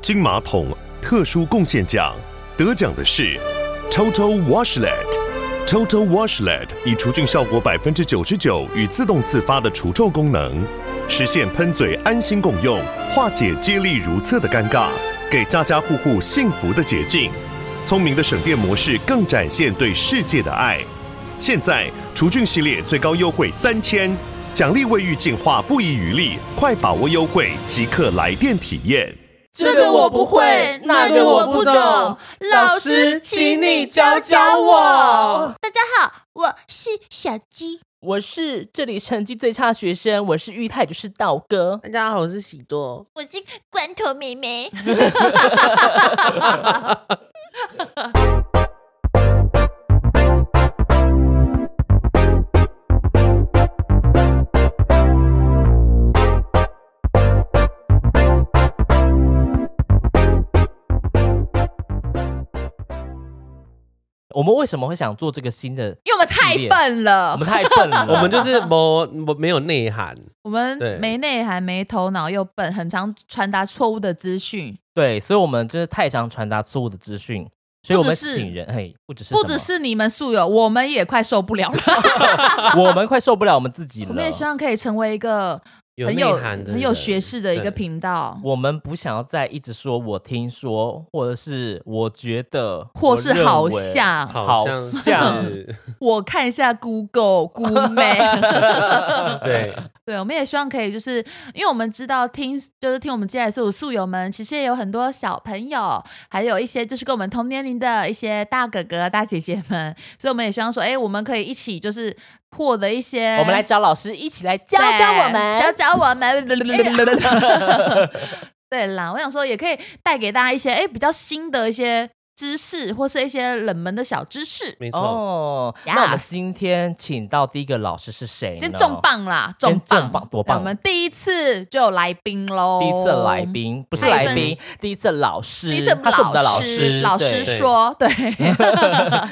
金马桶特殊贡献奖，得奖的是 Toto Washlet。Toto Washlet 以除菌效果百分之九十九与自动自发的除臭功能，实现喷嘴安心共用，化解接力如厕的尴尬，给家家户户幸福的捷径。聪明的省电模式更展现对世界的爱。现在除菌系列最高优惠三千，奖励卫浴净化不遗余力，快把握优惠，即刻来电体验。这个我不会，那个我不懂。老师，请你教教我。大家好，我是小鸡。我是这里成绩最差的学生，我是玉泰，就是道哥。大家好，我是喜多。我是罐头妹妹。我们为什么会想做这个新的？因为我们太笨了我们，太笨了， 我们就是没没没有内涵，我们对没内涵、没头脑又笨，很常传达错误的资讯。对，所以我们就是太常传达错误的资讯，所以我们请人，嘿，不只是不什只么是你们素友，我们也快受不了了。我们快受不了我们自己了， 啊我们也希望可以成为一个有很内有涵的人很有学识的一个对频道，我们不想要再一直说我听说，或者是我觉得，或是我认为好像好像好像是我看一 下 Google 姑妹。 对，对，我们也希望可以，就是因为我们知道听，就是听我们接下来所有宿友们，其实也有很多小朋友，还有一些就是跟我们同年龄的一些大哥哥、大姐姐们，所以我们也希望说，哎，我们可以一起就是获得一些，我们来找老师一起来教对教我们。教教 我们。对啦，我想说也可以带给大家一些，哎，比较新的一些知识，或是一些冷门的小知识，没错，哦， Yeah 那我们今天请到第一个老师是谁呢？先重磅啦，先重磅，重磅多棒我们第一次就有来宾喽，第一次来。哦宾不是来宾，第一次老师，第一次他是我们的老师，老师对说， 对，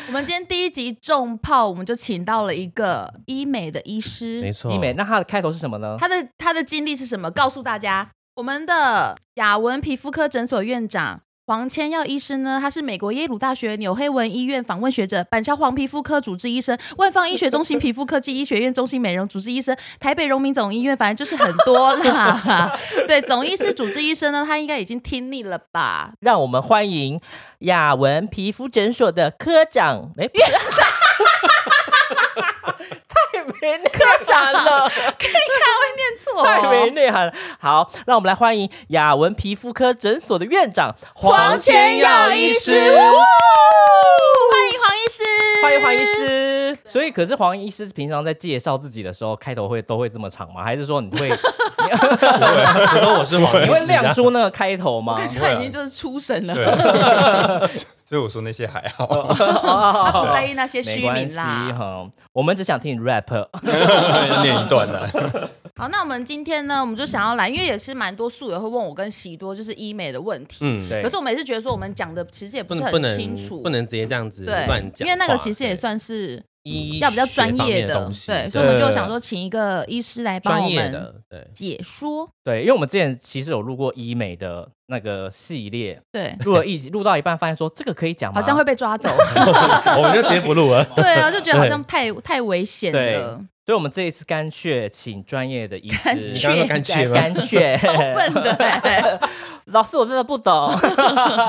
我们今天第一集重炮，我们就请到了一个医美的医没师，错，医美，那他的开头是什么呢？他的他的经历是什么？告诉大家，我们的雅文皮肤科诊所院长。黄千耀医师呢，他是美国耶鲁大学纽黑文医院访问学者，板桥黄皮肤科主治医生，万方医学中心皮肤科技医学院中心美容主治医生，台北荣民总医院，反正就是很多啦。 对，总医师、主治医生呢，他应该已经听腻了吧？让我们欢迎雅文皮肤诊所的科 长， 哎，不是太没内涵了，念错、太没内涵了。好，让我们来欢迎雅文皮肤科诊所的院长黄千耀医师。欢迎黄医师，欢迎黄医师。所以，可是黄医师平常在介绍自己的时候，开头会都会这么长吗？还是说你会我说我是黄医你师会亮啊出那个开头 吗？他已经就是出神了，对， 所以我说那些还好。他不哦在意那些没虚关名系啦。哈，我们只想听你 rap。要 念一段啊来。好，那我们今天呢，我们就想要来，因为也是蛮多素友会问我跟喜多就是医美的问题，嗯，对可是我每次觉得说我们讲的其实也不是能不很清楚，能不能直接这样子对乱，因讲话，为那个其实也对算是医要比较专业学方面的的，东西对，对所以我们就想说请一个医师来帮专我业们的，对， 解说，对，因为我们之前其实有录过医美的那个系列，对，录了一集，录到一半发现说这个可以讲吗？啊好像会被 抓走，我们就直接不 录了。对啊，就觉得好像太太危险对了，所以我们这一次干脆请专业的医师，你刚刚说干干脆吗干 脆，笨的欸。 老师，我真的不懂。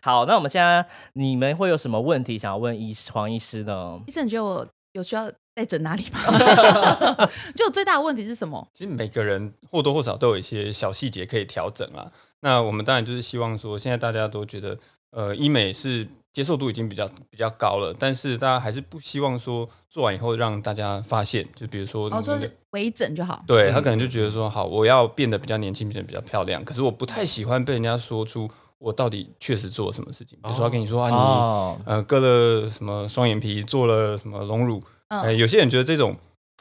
好，那我们现在你们会有什么问题想要问医师黄医师呢？医生，你觉得我有需要再整哪里吗？ 就我最大的问题是什么？其实每个人或多或少都有一些小细节可以调整啊。那我们当然就是希望说，现在大家都觉得，呃，医美是接受度已经比较比较高了，但是大家还是不希望说做完以后让大家发现，就比如说嗯哦，你说们的，是嗯微整就好。对他可能就觉得说，好，我要变得比较年轻，变得比较漂亮，可是我不太喜欢被人家说出我到底确实做了什么事情。比如说他跟你说啊，你哦，呃割了什么双眼皮，做了什么隆乳，嗯呃，有些人觉得这种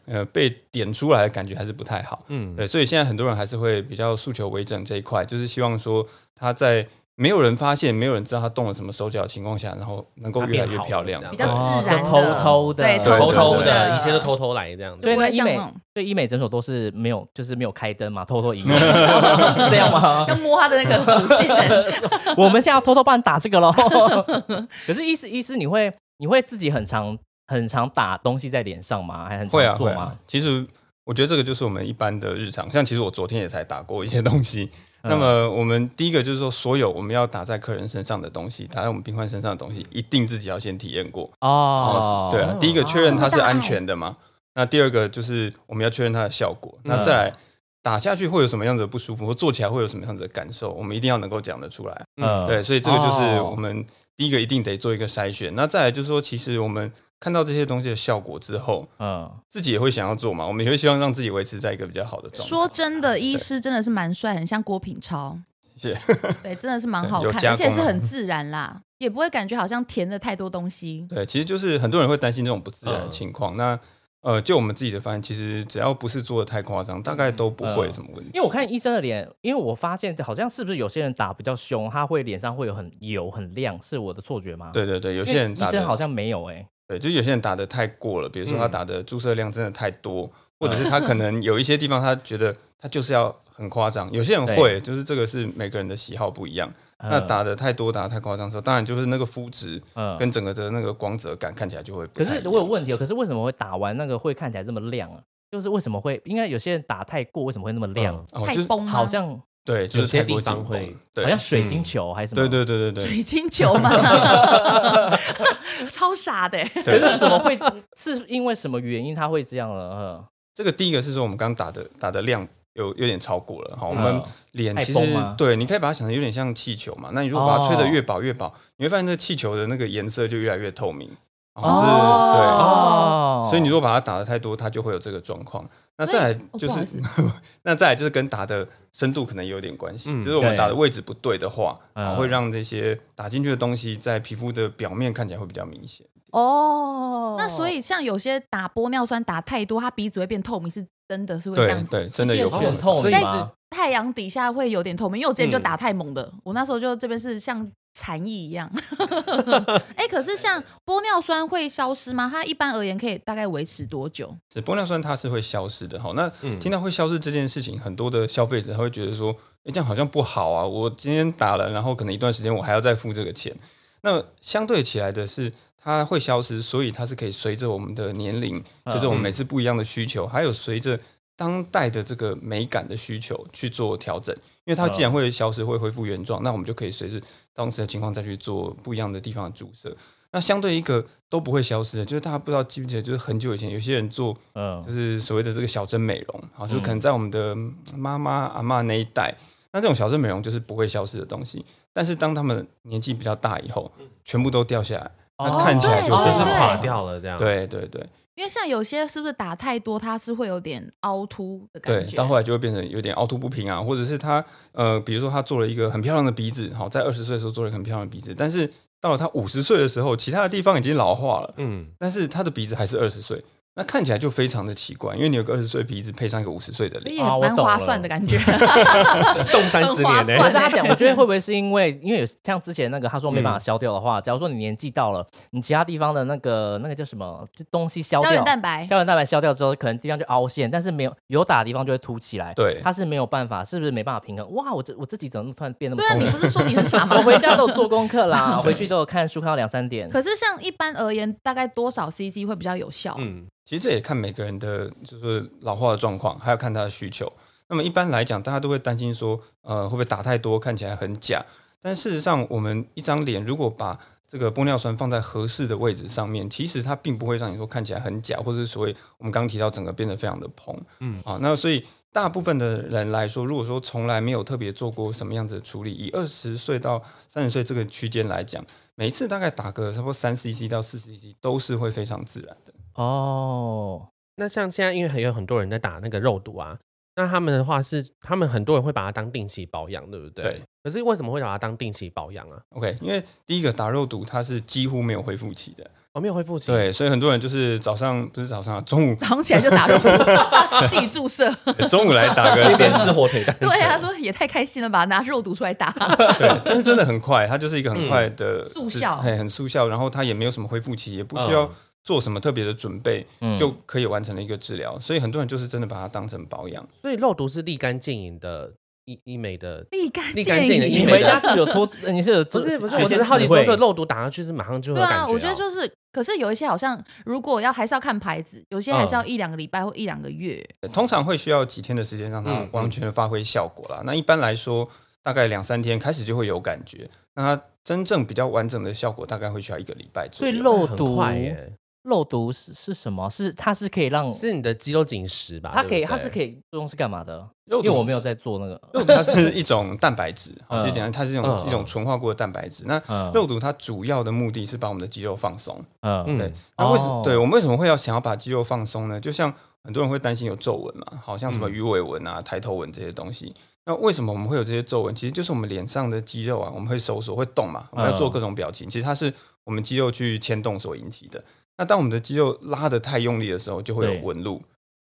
呃被点出来的感觉还是不太好，嗯，对，所以现在很多人还是会比较诉求微整这一块，就是希望说他在没有人发现，没有人知道她动了什么手脚的情况下，然后能够越来越漂亮她。比变较好了自然的，哦就偷偷的对，对偷偷对的，一切都偷偷来这样子所。以不那会医像那美种对医美诊所都是没有，就是没有开灯嘛，偷偷营业 是这样 吗？要摸他的那个骨性的我们现在要偷偷帮你打这个喽。 可是医师，医师你会你会自己很常很常打东西在脸上吗？还很会啊常会做啊吗？，其实我觉得这个就是我们一般的日常。像其实我昨天也才打过一些东西。嗯 那么我们第一个就是说，所有我们要打在客人身上的东西，打在我们病患身上的东西，一定自己要先体验过。哦，对啊，第一个确认它哦是这么大安全的嘛。那第二个就是我们要确认它的效果。嗯那再来打下去会有什么样子的不舒服，或做起来会有什么样子的感受，我们一定要能够讲得出来。嗯对，所以这个就是哦我们第一个一定得做一个筛选。那再来就是说，其实我们看到这些东西的效果之后，嗯，自己也会想要做嘛，我们也会希望让自己维持在一个比较好的状态。 说真的，医师真的是蛮帅，很像郭品超。谢谢。对，真的是蛮好有看，加而且工是啊很自然啦，也不会感觉好像填了太多东西。对，其实就是很多人会担心这种不自然的嗯情况。那呃，就我们自己的发现，其实只要不是做的太夸张，大概都不嗯会有什么问题。因为我看医生的脸，因为我发现好像是不是有些人打比较凶，他会脸上会有很油很亮，是我的错觉吗？，对对对，有有些人打医生好的，像没有哎，对，就有些人打的太过了，比如说他嗯打的注射量真的太多，嗯或者是他可能有一些地方他觉得他就是要很夸张。有些人对会，就是这个是每个人的喜好不一样。那嗯打的太多、打的太夸张的时候，当然就是那个肤质嗯跟整个的那个光泽感看起来就会不可太一样。是我有问题哦，可是为什么会打完那个会看起来这么亮啊？就是为什么会？应该有些人打太过，为什么会那么亮？哦，太就是崩吗啊好像对，就有是些太过地方紧绷会了对好像水晶球还是什么？对对对 对对，水晶球 嘛， 超傻的欸。对可是怎么会？是因为什么原因它会这样了？呃这个第一个是说我们刚打的打的量有有点超过了哈，我嗯，们脸太其实崩吗对，你可以把它想成有点像气球嘛。那你如果把它吹得哦越薄越薄，你会发现那个气球的那个颜色就越来越透明。然后哦这呃哦对，所以你如果把它打的太多，它就会有这个状况。那再来哦就不好是意思， 那再来就是跟打的深度可能有点关系，嗯就是我们对打的位置不对的话，嗯然后会让这些打进去的东西在皮肤的表面看起来会比较明显。哦，那所以像有些打玻尿酸打太多，他鼻子会变透明，是真的是会这对样子。对，真的有可全能。透明在吗？太阳底下会有点透明，因为我之前就嗯打太猛了，我那时候就这边是像蝉翼一样。 哎、可是 像玻尿酸会消失吗？它一般而言可以大概维持多久？是玻尿酸它是会消失的哈。那嗯听到会消失这件事情，很多的消费者他会觉得说，哎、这样好像不好啊！我今天打了，然后可能一段时间我还要再付这个钱。那相对起来的是，它会消失，所以它是可以随着我们的年龄，随着我们每次不一样的需求，还有随着当代的这个美感的需求去做调整。因为它既然会消失，会恢复原状，那我们就可以随着当时的情况再去做不一样的地方的注射。那相对一个都不会消失的，就是大家不知道记不记得，就是很久以前有些人做嗯哦就，是所谓的这个小针美容，好，嗯就是可能在我们的妈妈、阿嬷那一代，那这种小针美容就是不会消失的东西。但是当他们年纪比较大以后，全部都掉下来，那看起来就哦，真真的是嗯对垮掉了这样。，对对对因为像有些是不是打太多，它是会有点凹凸的感对，觉。到后来就会变成有点凹凸不平啊，或者是他呃，比如说他做了一个很漂亮的鼻子，好，在二十岁的时候做了一个很漂亮的鼻子，但是到了他五十岁的时候，其他的地方已经老化了， 嗯，但是他的鼻子还是二十岁，那看起来就非常的奇怪，因为你有个二十岁的鼻子配上一个五十岁的脸。也啊我蛮懂划了算的感觉。 动三十年很划可呢算 是他讲，我觉得会不会是因为，因为有像之前那个他说没嗯办法消掉的话，假如说你年纪到了，你其他地方的那个那个叫什么就东西消胶掉原，蛋白胶原蛋白消掉之后，可能地方就凹陷，但是没有有打的地方就会凸起来。对它是没有办法，是不是没办法平衡？哇，我这我自己怎么突然变那么对啊，聪你明不？是说你 很傻吗我？回家都有做功课 啦，回去都有看书，看到两三点。可是像一般而言，大概多少 CC 会比较有效？嗯，其实这也看每个人的就是老化的状况，还有看他的需求。那么一般来讲，大家都会担心说，呃，会不会打太多，看起来很假？但事实上，我们一张脸如果把这个玻尿酸放在合适的位置上面，其实它并不会让你说看起来很假，或者是所谓我们刚刚提到整个变得非常的蓬。嗯，啊，那所以大部分的人来说，如果说从来没有特别做过什么样子的处理，以二十岁到三十岁这个区间来讲，每一次大概打个差不多三 CC 到四 CC 都是会非常自然的。哦，那像现在因为还有很多人在打那个肉毒啊，那他们的话是，他们很多人会把它当定期保养，对不对？对可是为什么会把它当定期保养啊？ OK，因为第一个打肉毒它是几乎没有恢复期的，哦，没有恢复期，对，，所以很多人就是早上不是早上啊，中午早上起来就打 肉，自己注射。中午来打个一针边，吃火腿蛋，对啊，他说也太开心了吧，拿肉毒出来打。对，但是真的很快，它就是一个很快嗯的速效嘿，很速效，然后它也没有什么恢复期，也不需要嗯做什么特别的准备，嗯就可以完成了一个治疗。所以很多人就是真的把它当成保养。所以肉毒是立竿见影的医医美的，立竿立竿见影你医回美家的，是有脱，你是有不是不是，学我只些是好奇词汇说，这肉毒打上去是马上就有对感觉、哦啊，我觉得就是，可是有一些好像如果要还是要看牌子，有些还嗯是要一两个礼拜或一两个月。嗯通常会需要几天的时间让它嗯完全的发挥效果啦。那一般来说，大概两三天开始就会有感觉。那它真正比较完整的效果，大概会需要一个礼拜左所以右。肉很毒快耶，肉毒是是什么？是它是可以让是你的肌肉紧实吧？它可以对不它对是可以作用是干嘛的？肉因为毒我没有在做那个，肉毒它是一种蛋白质，好就嗯讲它是一种、嗯一种纯化过的蛋白质。那嗯肉毒它主要的目的是把我们的肌肉放松。嗯对嗯，那为什哦对我们为什么会要想要把肌肉放松呢？就像很多人会担心有皱纹嘛，好像什嗯么鱼尾纹啊、抬头纹这些东西。那为什么我们会有这些皱纹？其实就是我们脸上的肌肉啊，我们会收缩、会动嘛，我们嗯要做各种表情。其实它是我们肌肉去牵动所引起的。那当我们的肌肉拉得太用力的时候，就会对有纹路。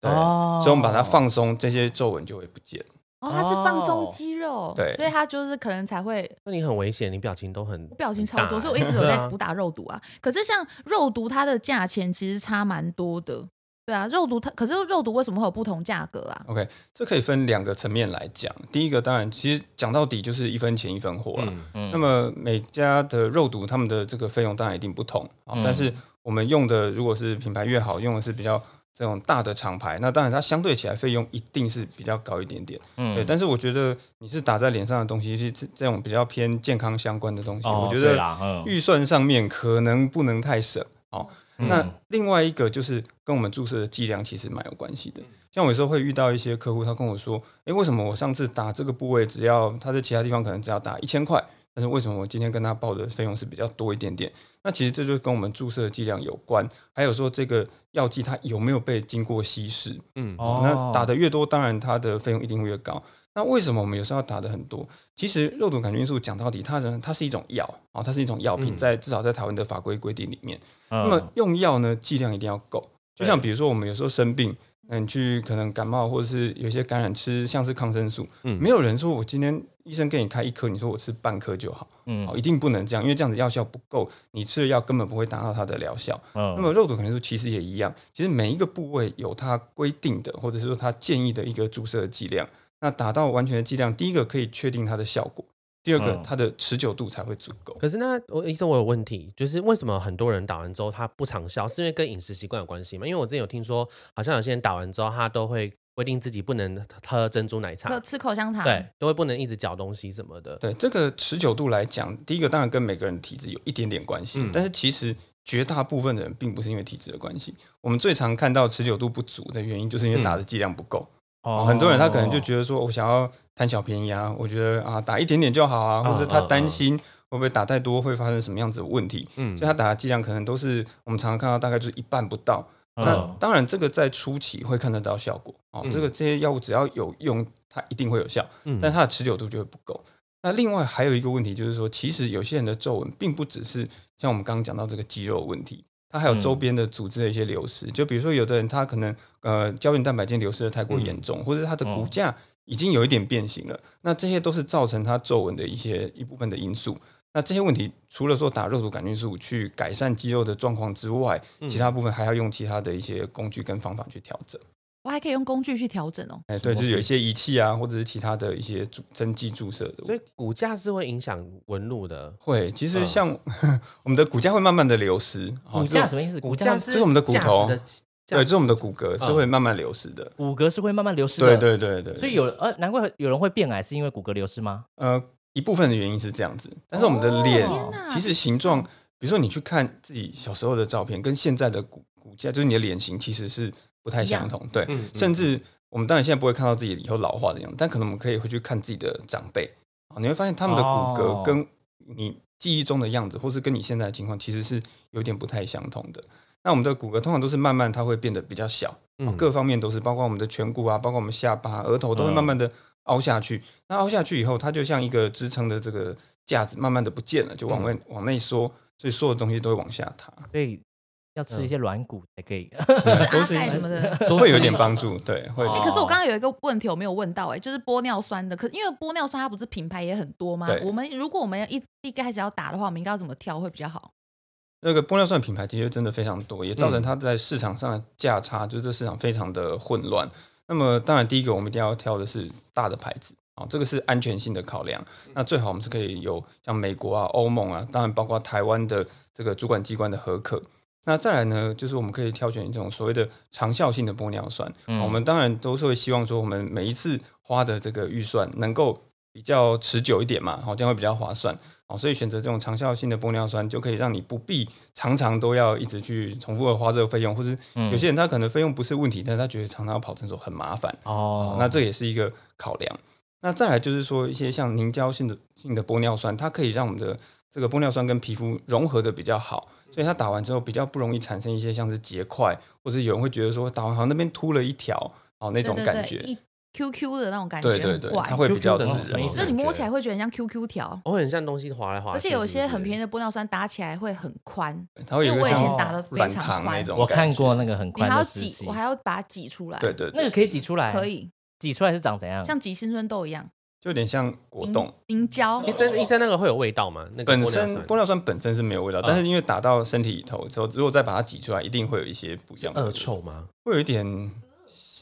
对，哦所以我们把它放松，这些皱纹就会不见。哦，它是放松哦肌肉，对所以它就是可能才会那你很危险，你表情都很我表情超很多，大所以我一直有对在啊补打肉毒啊。可是像肉毒，它的价钱其实差蛮多的。对啊，肉毒它可是肉毒为什么会有不同价格啊？ OK，这可以分两个层面来讲。第一个当然，其实讲到底就是一分钱一分货了。嗯那么每家的肉毒，他们的这个费用当然一定不同啊、嗯但是我们用的如果是品牌越好，用的是比较这种大的厂牌，那当然它相对起来费用一定是比较高一点点。对，嗯，但是我觉得你是打在脸上的东西，是这这种比较偏健康相关的东西，哦我觉对得啦，嗯预算上面可能不能太省。哦，那嗯另外一个就是跟我们注射的剂量其实蛮有关系的。像我有时候会遇到一些客户，他跟我说：“诶，为什么我上次打这个部位只要他在其他地方可能只要打一千块，但是为什么我今天跟他报的费用是比较多一点点？”那其实这就跟我们注射的剂量有关，还有说这个药剂它有没有被经过稀释。嗯哦那打的越多，当然它的费用一定会越高。那为什么我们有时候要打的很多？其实肉毒杆菌素讲到底，它人它是一种药啊、哦它是一种药品，嗯在至少在台湾的法规规定里面。那么嗯用药呢，剂量一定要够。就对像比如说，我们有时候生病，那你去可能感冒或者是有一些感染，吃像是抗生素，嗯没有人说我今天医生给你开一颗，你说我吃半颗就好，嗯哦，一定不能这样，因为这样子药效不够，你吃的药根本不会达到它的疗效。那那么肉毒杆菌素其实也一样，其实每一个部位有它规定的，或者是说它建议的一个注射的剂量。那达到完全的剂量，第一个可以确定它的效果，第二个嗯它的持久度才会足够。可是那我医生，我有问题，就是为什么很多人打完之后他不长效，是因为跟饮食习惯有关系吗？因为我之前有听说，好像有些人打完之后他都会规定自己不能喝珍珠奶喝茶，吃口香糖，对，都会不能一直嚼东西什么的。对这个持久度来讲，第一个当然跟每个人体质有一点点关系，嗯但是其实绝大部分的人并不是因为体质的关系。我们最常看到持久度不足的原因，就是嗯因为打的剂量不够。哦很多人他可能就觉得说，我想要贪小便宜啊，我觉得啊打一点点就好啊，嗯或者他嗯担心会不会打太多会发生什么样子的问题，嗯所以他打的剂量可能都是我们常常看到大概就是一半不到。那嗯当然，这个在初期会看得到效果哦。嗯这个这些药物只要有用，它一定会有效。嗯但它的持久度就会不够。那另外还有一个问题就是说，其实有些人的皱纹并不只是像我们刚刚讲到这个肌肉的问题，它嗯还有周边的组织的一些流失。就比如说，有的人他可能呃胶原蛋白间流失的太过嗯严重，或者是他的骨架已经有一点变形了，那这些都是造成他皱纹的一些一部分的因素。那这些问题除了说打肉毒杆菌素去改善肌肉的状况之外，嗯其他部分还要用其他的一些工具跟方法去调整。我还可以用工具去调整 哦。哎，对，就是有一些仪器啊，或者是其他的一些注针剂注射的问题。所以骨架是会影响纹路的，会，其实嗯像、 我们的骨架会慢慢的流失，哦骨这架种什么意思？骨骨架架是这是我们的骨头架子的对，这是我们的骨骼是嗯会慢慢流失的。骨骼是会慢慢流失对的，对对对，所以有呃，难怪有人会变矮，是因为骨骼流失吗？呃一部分的原因是这样子，但是我们的脸、哦天哪其实形状，比如说你去看自己小时候的照片，跟现在的骨骨架，就是你的脸型其实是不太相同，对，嗯甚至我们当然现在不会看到自己以后老化的样子，但可能我们可以回去看自己的长辈，啊你会发现他们的骨哦骼跟你记忆中的样子，或是跟你现在的情况其实是有点不太相同的。那我们的骨骼通常都是慢慢它会变得比较小，嗯各方面都是，包括我们的颧骨啊，包括我们下巴、额头都会慢慢的凹下去。那凹下去以后，它就像一个支撑的这个架子，慢慢的不见了，就往外、往内缩，所以所有东西都会往下塌。所以要吃嗯一些软骨才可以。都是是阿钙一些什么的。多会吃有一点点帮助，对，会有哎、点可是我刚刚有一个问题我没有问到、哎，就是玻尿酸的，可因为玻尿酸它不是品牌也很多吗对？我们如果我们要一一开始要打的话，我们应该要怎么挑会比较好？那个玻尿酸品牌其实真的非常多，也造成嗯它在市场上的价差，就是这市场非常的混乱。那么当然，第一个我们一定要挑的是大的牌子啊、哦，这个是安全性的考量。那最好我们是可以有像美国啊、欧盟啊，当然包括台湾的这个主管机关的合可。那再来呢，就是我们可以挑选这种所谓的长效性的玻尿酸。嗯 我们当然都是会希望说，我们每一次花的这个预算能够比较持久一点嘛，好，这样会比较划算。哦，所以选择这种长效性的玻尿酸，就可以让你不必常常都要一直去重复的花这个费用，或是有些人他可能费用不是问题，但是他觉得常常要跑诊所很麻烦。哦哦，，那这也是一个考量。那再来就是说，一些像凝胶性的性的玻尿酸，它可以让我们的这个玻尿酸跟皮肤融合的比较好，所以它打完之后比较不容易产生一些像是结块，或者有人会觉得说打完好像那边凸了一条哦那那种感觉， q q 的那种感觉，对对对，很怪它会比较自 QQ 的什么意然思。就你摸起来会觉得很像 QQ 条，我很像东西滑来滑去，而且有些很便宜，宜的玻尿酸打起来会很宽，它会有因一为个我以前像打的非软常糖那宽种，我看过，那个很你宽还要的时挤期，，我还要把它挤出来，对，对那对，个可以挤出来，可以挤出来是长怎样？像挤新春豆一样，就有点像果冻。嗯凝胶医生医生那个会有味道吗？那个本玻身尿玻酸尿酸本身是没有味道，但是因为打到身体里头之后，如果再把它挤出来，一定会有一些不一样的味恶道，臭吗？会有一点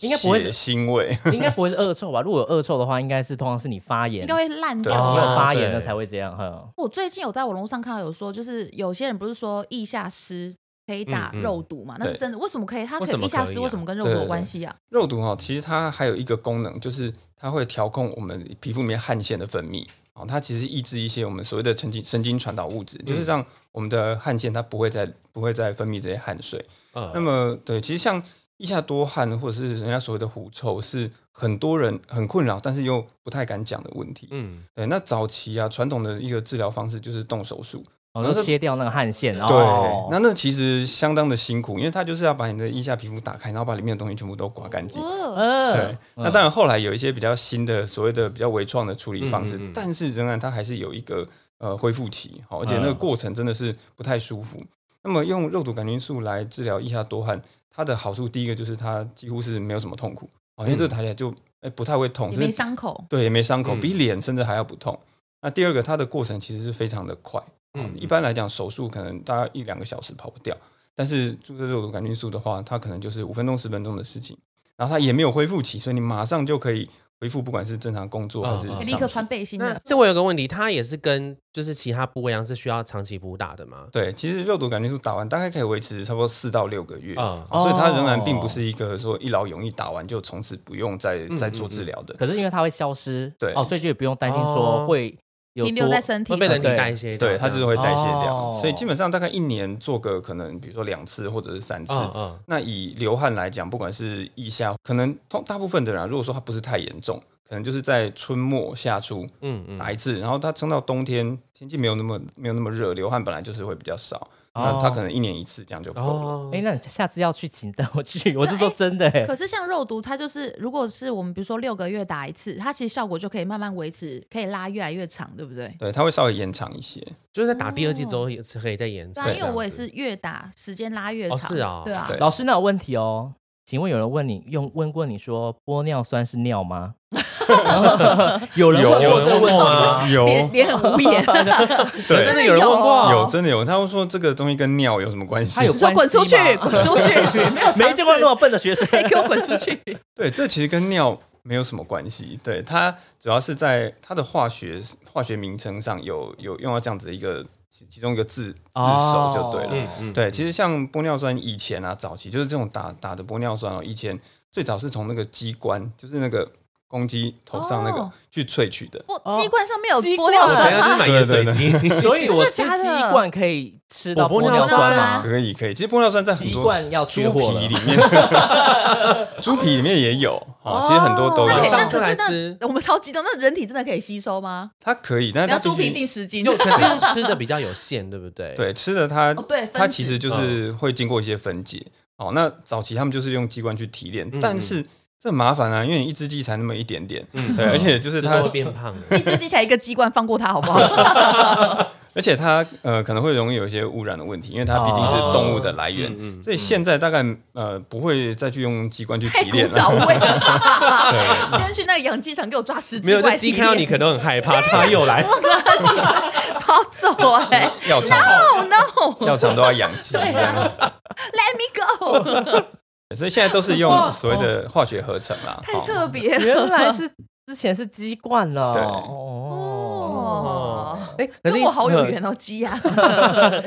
应该不会是血腥味。 应该不会是恶臭吧？如果有恶臭的话，应该是通常是你发炎，应该会烂对掉你吧。有发炎对了才会这样。哦哼，我最近有在网络上看到有说，就是有些人不是说腋下湿可以打嗯嗯肉毒嘛？那是对真的？为什么可以？它为可什以么腋下可以湿，啊为什么跟肉毒对有对关系啊？肉毒哦，其实它还有一个功能，就是它会调控我们皮肤里面汗腺的分泌哦，它其实抑制一些我们所谓的神经神经传导物质，就是让我们的汗腺它不会再不会再分泌这些汗水。那嗯，么对，其实像腋下多汗或者是人家所谓的狐臭，是很多人很困扰，但是又不太敢讲的问题。嗯，对，那早期啊，传统的一个治疗方式就是动手术。我然后就是切掉那个汗腺。对哦，那那其实相当的辛苦，因为它就是要把你的腋下皮肤打开，然后把里面的东西全部都刮干净。哦呃，嗯对，那当然后来有一些比较新的所谓的比较微创的处理方式，嗯嗯嗯但是仍然它还是有一个呃恢复期，好，嗯而且那个过程真的是不太舒服。那么用肉毒杆菌素来治疗腋下多汗，它的好处第一个就是它几乎是没有什么痛苦，哦，因嗯为这个打起来就哎不太会痛，也甚没至伤口，对，也没伤口，嗯比脸甚至还要不痛。那第二个，它的过程其实是非常的快，嗯嗯，一般来讲手术可能大概一两个小时跑不掉，但是注射肉毒杆菌素的话，它可能就是五分钟十分钟的事情，然后它也没有恢复期，所以你马上就可以恢复，不管是正常工作还嗯嗯可是以上立刻学穿背心那的。这我有个问题，它也是跟就是其他部位一样是需要长期补打的吗？对，其实肉毒杆菌素打完大概可以维持差不多四到六个月，嗯所以它仍然哦并不是一个说一劳永逸，打完就从此不用再嗯再做治疗的。可是因为它会消失，对哦，所以就也不用担心哦说会有停留多在身体会被人对体代谢掉，对，它就是会代谢掉，哦所以基本上大概一年做个可能，比如说两次或者是三次。嗯嗯那以流汗来讲，不管是腋下，可能通大部分的人、啊，如果说它不是太严重，可能就是在春末夏初嗯嗯，打一次，然后它撑到冬天，天气没有那么没有那么热，流汗本来就是会比较少，哦那它可能一年一次这样就够了。哦哎，，那你下次要去，请带我去。我是说真的，哎可是像肉毒，它就是如果是我们比如说六个月打一次，它其实效果就可以慢慢维持，可以拉越来越长，对不对？对，它会稍微延长一些。就是在打第二季之后也是可以再延哦对长啊，对因这为样我也子是越打时间拉越哦长，是啊对啊，对老师那有问题哦。请问有人问你用问过你说玻尿酸是尿吗？ 有人问有过这个问题吗？有脸脸很无言，对啊 哦真的有人问过 有真的有，他们说这个东西跟尿有什么关系他？有说关滚出去系，吗滚出 去，没有哎没见过那种，么笨的学 生。给我滚出去。 对，这其实跟尿没有什么关系。对，它主要是在它的化学化学名称上有有用到这样子的一个其其中一个字字首就对了。哦嗯嗯，对，其实像玻尿酸以前啊，早期就是这种打打的玻尿酸哦，以前最早是从那个鸡冠，就是那个公鸡头上那个、哦去萃取的。玻哦鸡冠上面有鸡玻尿冠酸等一下吗去？买盐水 鸡， 所以我吃真的假的鸡冠可以吃到我玻玻尿尿酸啊酸吗？可以可以，其实玻尿酸在很鸡多冠要缺猪货皮了里面， 猪皮里面也有啊、哦其实很多都那可以，哎有，那上课可来是吃 那我们超激动，那人体真的可以吸收吗？它可以，但是然它后猪皮必须定时金，用可是用吃的比较有限，对不对？，对，吃的它、哦对分它子其实就是嗯会经过一些分解。哦，那早期他们就是用机关去提炼，嗯但是这很麻烦啊，因为你一只鸡才那么一点点，嗯对，而且就是吃它多会变胖。 一只鸡才一个鸡冠，放过它好不好？而且它呃可能会容易有一些污染的问题，因为它毕竟是动物的来源，哦嗯嗯所以现在大概呃不会再去用机关去太提古炼早了。味了 吧？先去那个养鸡场给我抓十只没有，怪这鸡看到 你可能很害怕，它又来。 跑走哎、药厂 Oh no！Let 药厂都要养鸡啊这样， me go！ 所以现在都是用所谓的化学合成啦。哦哦太好特别了。原来是之前是鸡冠了，对哦，哦，哎，可跟是我好有嗯缘哦，鸡呀、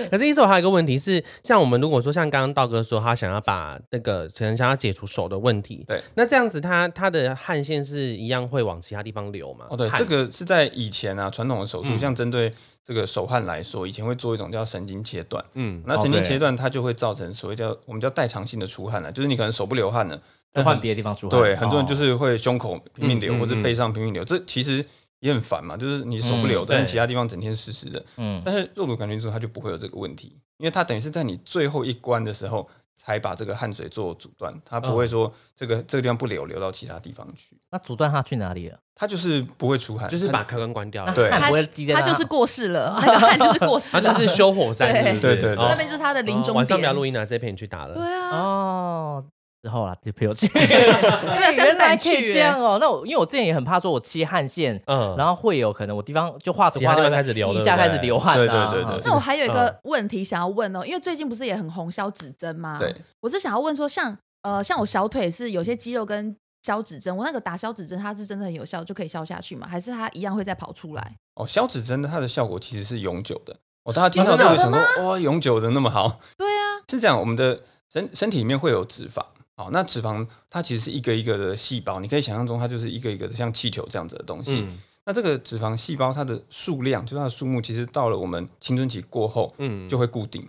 可是一手还有一个问题是，像我们如果说像刚刚道哥说，他想要把那个可能想要解除手的问题，对，那这样子他他的汗腺是一样会往其他地方流嘛？哦，对，汗这个是在以前啊，传统的手术，嗯像针对这个手汗来说，以前会做一种叫神经切断。嗯那神经切断断它就会造成所谓叫我们叫代偿性的出汗了，就是你可能手不流汗了，就换别的地方出汗。对，很多人就哦是会胸口拼命流、嗯嗯或者背上拼命流，这其实也很烦嘛，就是你手不流，嗯但对是其他地方整天湿湿的。嗯但是肉毒杆菌素它就不会有这个问题，因为它等于是在你最后一关的时候才把这个汗水做阻断，它不会嗯说这个、这个地方不流流到其他地方去，那阻断它去哪里了？它就是不会出汗，就是它把开关关掉了， 对它不会积在他那就是过世了，那个汗就是过世他了，就是修火山，是对不是对对对哦那边就是他的临终点。晚上不要录音拿这片去打了。对啊，哦。之后啦，就陪我 去。对，下次原带来你可以去这样哦。那我因为我之前也很怕说，我切汗腺，嗯然后会有可能我地方就画着其他画地方着开始流一对下不对开始流汗啊。对对对那我还有一嗯个问题想要问哦，因为最近不是也很红消指针吗？对，我是想要问说像，呃，像我小腿是有些肌肉跟消指针，我那个打消指针，它是真的很有效，就可以消下去吗？还是它一样会再跑出来？哦，消脂针它的效果其实是永久的。哦，大家听到哦这真的个想说，哇、永久的那么好，对啊，是这样，我们的身身体里面会有脂肪。好，那脂肪它其实是一个一个的细胞，你可以想象中它就是一个一个的像气球这样子的东西。嗯那这个脂肪细胞它的数量，就是它的数目，其实到了我们青春期过后嗯，就会固定。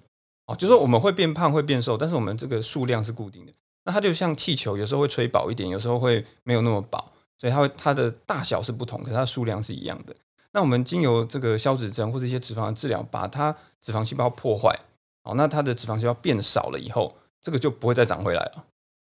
哦，就是说我们会变胖会变瘦，但是我们这个数量是固定的。那它就像气球，有时候会吹饱一点，有时候会没有那么饱，所以它会它的大小是不同，可是它的数量是一样的。那我们经由这个消脂针或者一些脂肪的治疗，把它脂肪细胞破坏，哦，那它的脂肪细胞变少了以后，这个就不会再长回来了。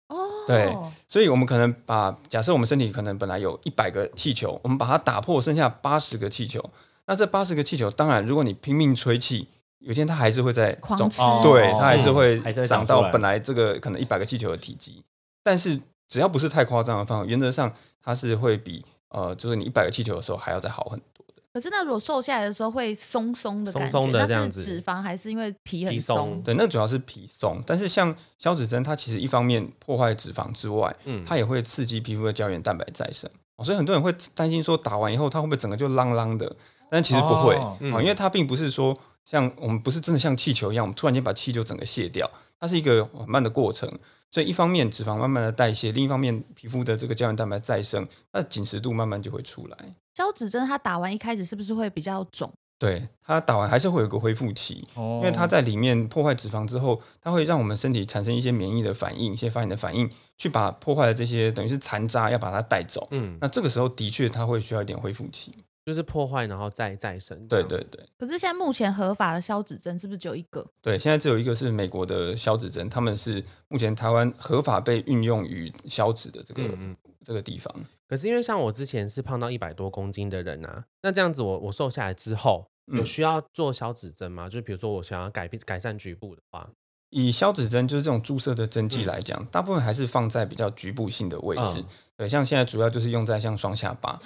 哦，对所以我们可能把假设我们身体可能本来有一百个气球，我们把它打破，剩下八十个气球。那这八十个气球，当然如果你拼命吹气，有一天它还是会在狂中吃对哦，它还是会嗯还是会长长出到来本来这个可能一百个气球的体积。但是只要不是太夸张的范围，原则上它是会比呃，就是你一百个气球的时候还要再好 很多的。可是那如果瘦下来的时候会松松的感觉，松松的那这样是子脂肪还是因为皮很皮松松？对，那主要是皮松，但是像消脂针，它其实一方面破坏脂肪之外，嗯它也会刺激皮肤的胶原蛋白再生。哦所以很多人会担心说打完以后它会不会整个就啷啷的，但其实不会哦哦嗯因为它并不是说像我们不是真的像气球一样，我们突然间把气就整个卸掉，它是一个很慢的过程。所以一方面脂肪慢慢的代谢，另一方面皮肤的这个胶原蛋白再生，那紧实度慢慢就会出来。消指针它打完一开始是不是会比较肿？对它打完还是会有一个恢复期，因哦因为它在里面破坏脂肪之后，它会让我们身体产生一些免疫的反应，一些发炎的反应，去把破坏的这些等于是残渣要把它带走。嗯，那这个时候的确它会需要一点恢复期。就是破坏然后再再生。对对对可是现在目前合法的消指针是不是只有一个？对，现在只有一个是美国的消脂针，他们是目前台湾合法被运用于消脂的这个、嗯嗯这个地方。可是因为像我之前是胖到一百多公斤的人啊，那这样子我我瘦下来之后，有嗯需要做消脂针吗？就比如说我想要改变改善局部的 话，以消脂针就是这种注射的针剂来讲，大部分还是放在比较局部性的位置。嗯对，像现在主要就是用在像双下巴，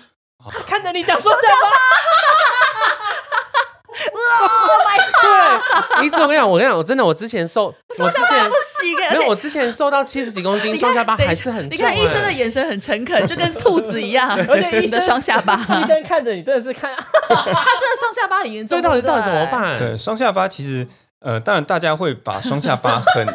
看着你讲说什么？对，你是我跟你讲，我跟你讲，我真的我之前瘦，我之前行没有，我之前瘦到七十几公斤，双下巴还是很你重、看医生的哎眼神很诚 恳，就跟兔子一样，而且医生的双下巴， 他医真的生看着你真的是看， 啊双下巴很严重，对，到底对不对欸到底怎么？办？对，双下巴其实呃，当然大家会把双下巴 很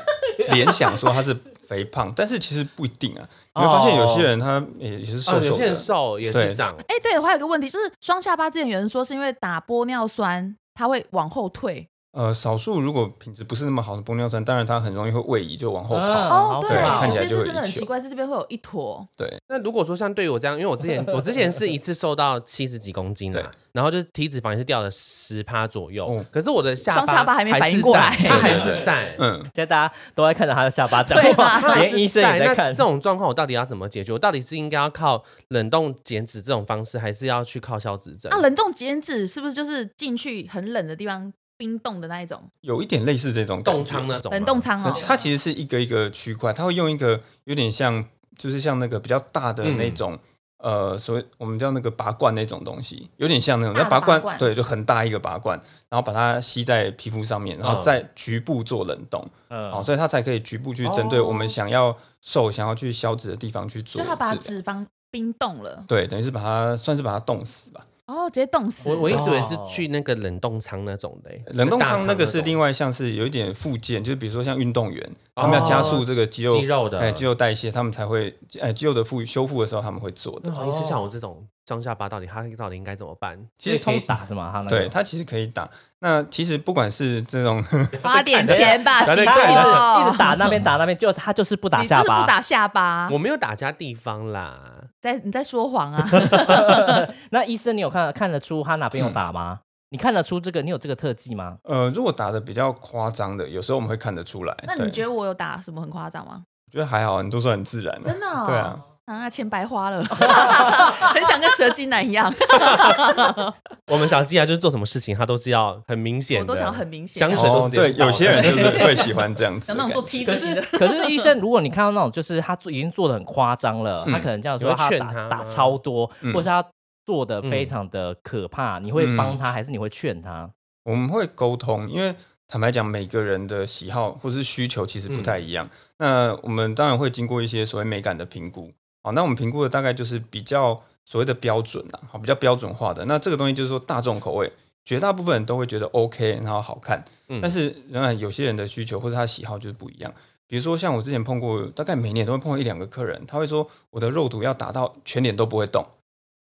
联想说它是肥胖，但是其实不一定啊。你会发现有些人他也也是哦，瘦有瘦些的，人瘦也是对长，哎，对，我还有个问题，就是双下巴之前有人说是因为打玻尿酸，它会往后退，呃，少数如果品质不是那么好的玻尿酸，当然它很容易会位移，就往后嗯跑。哦好，对有看起来些就会是真的很有一球奇怪，是这边会有一坨，那如果说像对于我这样，因为我之前我之前是一次瘦到七十几公斤的、啊对然后就是体脂肪也是掉了十趴左右、哦可是我的下双下巴还没是反应过来在它还对对是对在。嗯，现在大家都在看着他的下巴讲对啊话，它还连是医生也在那看这。种状况，我到底要怎么解决？我到底是应该要靠冷冻减脂这种方式，还是要去靠消脂针？啊，冷冻减脂是不是就是进去很冷的地方冰冻的那一种有一点类似这种感觉冻仓那种吗冷冻仓哦？它其实是一个一个区块，它会用一个有点像，就是像那个比较大的那种，呃，所谓我们叫那个拔罐那种东西，有点像那种，大的那拔拔罐对，就很大一个拔罐，然后把它吸在皮肤上面，然后再局部做冷冻，嗯哦，所以它才可以局部去针对哦我们想要瘦、想要去消脂的地方去做就治它把疗。脂肪冰冻了，对，等于是把它算是把它冻死吧。哦，直接冻死。我我一直以为哦是去那个冷冻仓那种的、欸冷冻舱那个是另外外像是有一点附件，就是比如说像运动员，哦他们要加速这个肌肉肌肉的哎肌肉代谢，他们才会哎肌肉的复修复的时候他们会做那的。好意思，像我这种双下巴，到底他到底应该怎么办？其实可以通打是吗？他那对个它其实可以打。那其实不管是这种花点钱 吧，大家洗看一他一头直打那边打那边，就他就是不打哦你就是下不巴。打下巴，我没有打家地方啦，在你在说谎啊！ 那医生，你有看看得出他哪边有打嗯吗？你看得出这个，你有这个特技吗？呃，如果打的比较夸张的，有时候我们会看得出来。那对你觉得我有打什么很夸张吗？我觉得还好，你都算很自然。真的哦对啊，啊，钱白花了，很想跟蛇精男一样，我们小鸡啊，就是做什么事情，他都是要很明显的，我都想很明显香真水的都哦直，接对，倒有些人就是会喜欢这样子有的那种感觉。做梯子的。可是医生，如果你看到那种就是他做已经做的很夸张了，嗯他可能这样你说会他劝打他吗打超多，嗯或是他做的非常的可怕，你会帮他还是你会劝他？我们会沟通，因为坦白讲，每个人的喜好或是需求其实不太一样。那我们当然会经过一些所谓美感的评估。好，那我们评估的大概就是比较所谓的标准啦，好，比较标准化的。那这个东西就是说大众口味，绝大部分人都会觉得 OK，然后好看。嗯但是仍然有些人的需求或者他喜好就是不一样。比如说像我之前碰过，大概每年都会碰到一两个客人，他会说我的肉毒要打到全脸都不会动。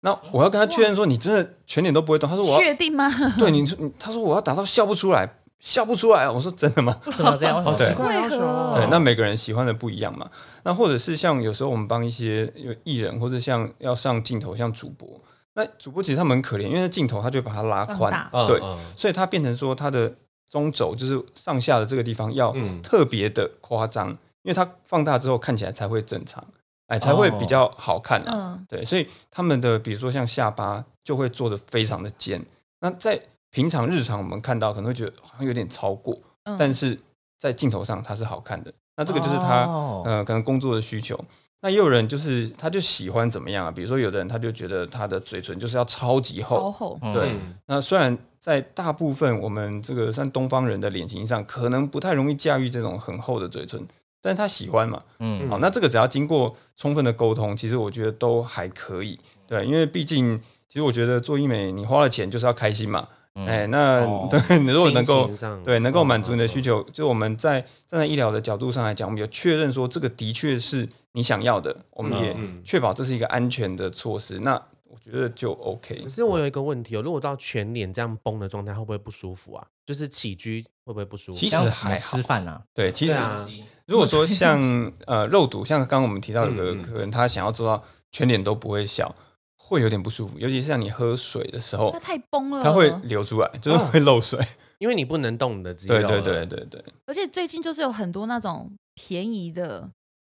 那我要跟他确认说，你真的全脸都不会动。他说我要确定吗？对，你说，你他说我要打到笑不出来，笑不出来啊。我说真的吗？为什么这样？为什么这对样怪要求哦对，那每个人喜欢的不一样嘛。那或者是像有时候我们帮一些有艺人，或者像要上镜头，像主播，那主播其实他们很可怜，因为那镜头他就把它拉放宽大，嗯对，嗯所以它变成说它的中轴就是上下的这个地方要嗯特别的夸张，因为它放大之后看起来才会正常，哎，才会比较好看啊。嗯，对，所以他们的比如说像下巴就会做的非常的尖。那在平常日常我们看到可能会觉得好像有点超过，嗯但是在镜头上它是好看的。那这个就是他、哦呃可能工作的需求。那也有人就是他就喜欢怎么样啊？比如说有的人他就觉得他的嘴唇就是要超级厚，超厚，嗯对嗯那虽然在大部分我们这个算东方人的脸型上，可能不太容易驾驭这种很厚的嘴唇，但是他喜欢嘛，嗯好，那这个只要经过充分的沟通，其实我觉得都还可以，对，因为毕竟其实我觉得做医美，你花了钱就是要开心嘛，嗯哎、那、哦 对，你如果能心够情哦上嗯对能够满足你的需求，就我们在站在医疗的角度上来讲，我们有确认说这个的确是你想要的，我们也嗯确保这是一个安全的措施，那我觉得就 OK 可。是嗯我有一个问题哦，如果到全脸这样绷的状态，会不会不舒服啊？就是起居会不会不舒服？其实这样还好吃饭啊，对，其实、对啊如果 说像呃肉毒，像刚刚我们提到有个嗯嗯客人，他想要做到全脸都不会笑，会有点不舒服，尤其是像你喝水的时候它，太崩了，它会流出来，哦就是会漏 水。因为你不能动你的肌肉对了，对对对对，而且最近就是有很多那种便宜的，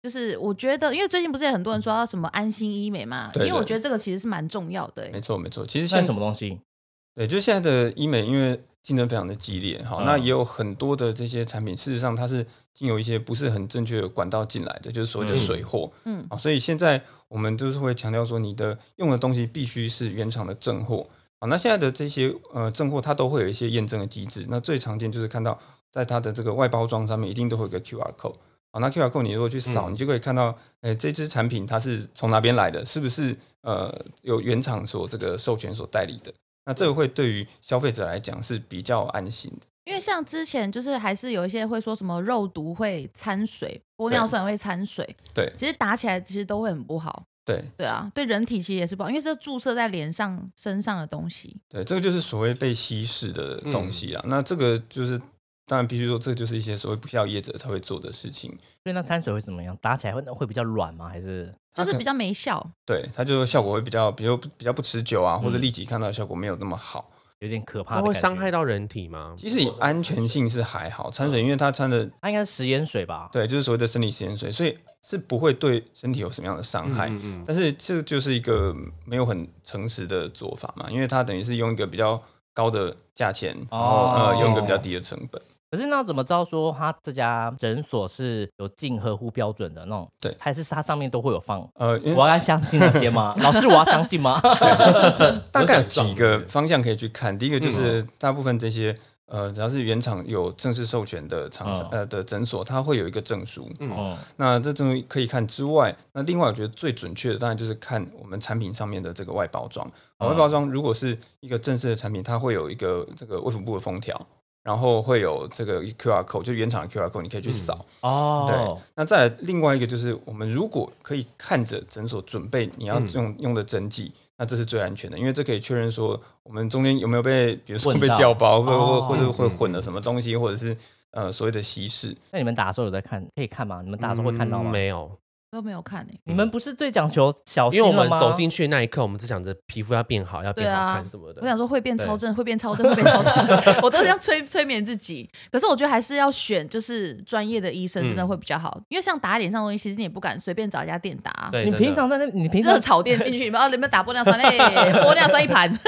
就是我觉得，因为最近不是也很多人说要什么安心医美嘛，对对因为我觉得这个其实是蛮重要的、没欸。错没错。其实那现是什在么东西？对，就是现在的医美，因为竞争非常的激烈，好，嗯那也有很多的这些产品，事实上它是经由一些不是很正确的管道进来的，就是所谓的嗯水货。嗯，啊，所以现在我们就是会强调说，你的用的东西必须是原厂的正货啊。那现在的这些呃正货，它都会有一些验证的机制。那最常见就是看到在它的这个外包装上面，一定都会有一个 QR code。啊，那 QR code 你如果去扫，嗯你就可以看到，呃，这支产品它是从哪边来的，是不是呃由原厂所这个授权所代理的？那嗯这个会对于消费者来讲是比较安心的。因为像之前就是还是有一些会说什么肉毒会掺水，玻尿酸会掺水，对其实打起来其实都会很不好。对对啊，对人体其实也是不好，因为是注射在脸上、身上的东西。对，这个就是所谓被稀释的东西啊。那这个就是当然必须说，这就是一些所谓不孝业者才会做的事情。所以那掺水会怎么样？打起来会会比较软吗？还是就它是可比较没效，对，它就效果会比较，比如比较不持久啊，或者嗯立即看到的效果没有那么好。有点可怕它的？会伤害。到人体吗？其实以安全性是还好，掺水因为它掺的它应该是食盐水吧？对，就是所谓的生理食盐水，所以是不会对身体有什么样的伤害。嗯嗯但是这就是一个没有很诚实的做法嘛，因为它等于是用一个比较高的价钱，然后、哦呃用一个比较低的成本。可是那怎么知道说它这家诊所是有进合乎标准的那种？对还是它上面都会有放？呃，因为我要相信那些吗？老师，我要相信吗？大概有有奖状几个方向可以去看。第一个就是大部分这些呃，只要是原厂有正式授权的厂商、嗯呃的诊所，它会有一个证书。嗯，那这证书可以看之外，那另外我觉得最准确的当然就是看我们产品上面的这个外包装。嗯外包装如果是一个正式的产品，它会有一个这个卫福部的封条。然后会有这个 QR code，就原厂的 QR code，你可以去扫。哦，那再来另外一个就是，我们如果可以看着诊所准备你要嗯用、用的针剂，那这是最安全的，因为这可以确认说我们中间有没有被，比如说混被到调包，或哦或或者会嗯嗯混了什么东西，或者是呃所谓的稀释。那你们打的时候有在看，可以看吗？你们打的时候会看到吗？嗯没有，都没有看欸诶、你们不是最讲求小心因为我了们吗？走进去那一刻，我们只想着皮肤要变好，要变对啊好看什么的。我想说会变超正，会变超正，会变超正，我都这样催催眠自己。可是我觉得还是要选就是专业的医生，真的嗯会比较好。因为像打脸上的东西，其实你也不敢随便找一家店打啊。对，你真的平常在那，你平热常炒店进去，你们哦，你们打玻尿酸，哎、玻尿酸一盘，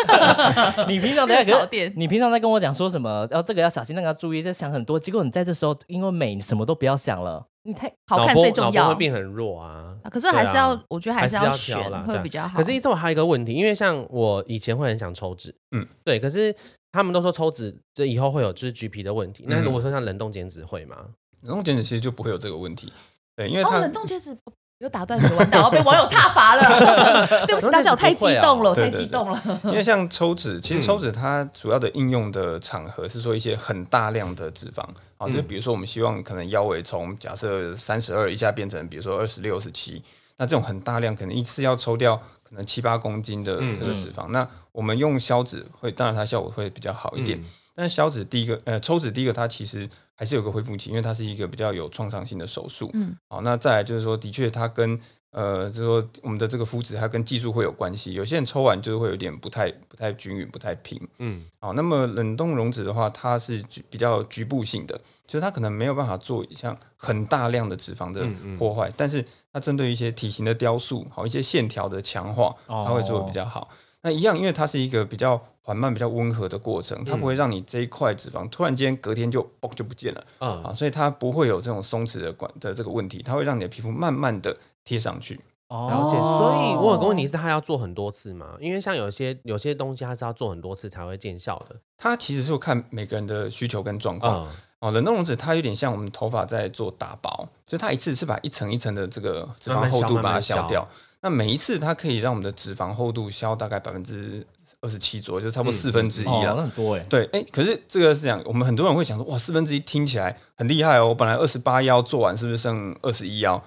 你平常在热炒店你平常在跟我讲说什么？哦要、这个要小心，那个要注意，在想很多。结果你在这时候因为美，你什么都不要想了。你太好看脑波最重脑波要会。变很弱啊。啊可是还是要，对啊我觉得还是是要选挑啦会对啊比较好。可是医生，我还有一个问题，因为像我以前会很想抽脂，嗯嗯，对，可是他们都说抽脂这以后会有就是橘皮的问题。那嗯如果说像冷冻减脂会吗？嗯冷冻减脂其实就不会有这个问题，对，因为哦，它、冷冻结石哦有打断你的完蛋，我被网友踏伐了。对不起，大家我太激动了，我对太对对激动了。因为像抽脂，其实抽脂它主要的应用的场合是说一些很大量的脂肪啊，就比如说我们希望可能腰围从假设三十二一下变成比如说二十六、十七，那这种很大量可能一次要抽掉可能七八公斤的这个脂肪，那我们用消脂会，当然它效果会比较好一点。但是消脂第一个，呃，抽脂第一个，它其实还是有个恢复期，因为它是一个比较有创伤性的手术。嗯，好，那再来就是说，的确它跟呃，就是说我们的这个肤质，它跟技术会有关系。有些人抽完就是会有点不太不太均匀、不太平。嗯，好，那么冷冻溶脂的话，它是局比较局部性的，就是它可能没有办法做像很大量的脂肪的破坏，但是它针对一些体型的雕塑，好一些线条的强化，哦它会做的比较好。那一样，因为它是一个比较缓慢、比较温和的过程，它不会让你这一块脂肪突然间隔天就嘣就不见了啊，嗯，所以它不会有这种松弛的管的这个问题，它会让你的皮肤慢慢的贴上去。了了解。所以我有哦个问题是，他要做很多次吗？因为像有些有些东西，它是要做很多次才会见效的。它其实是看每个人的需求跟状况、嗯，哦。冷冻溶脂它有点像我们头发在做打薄，所以它一次是把一层一层的这个脂肪慢慢厚消度把慢它慢消消掉。那每一次它可以让我们的脂肪厚度消大概百分之二十七左右，就差不多嗯四分之一哦，了。那很多哎、欸。对，哎、可是这个是这样，我们很多人会想说，哇，四分之一听起来很厉害哦，我本来二十八腰做完，是不是剩二十一腰？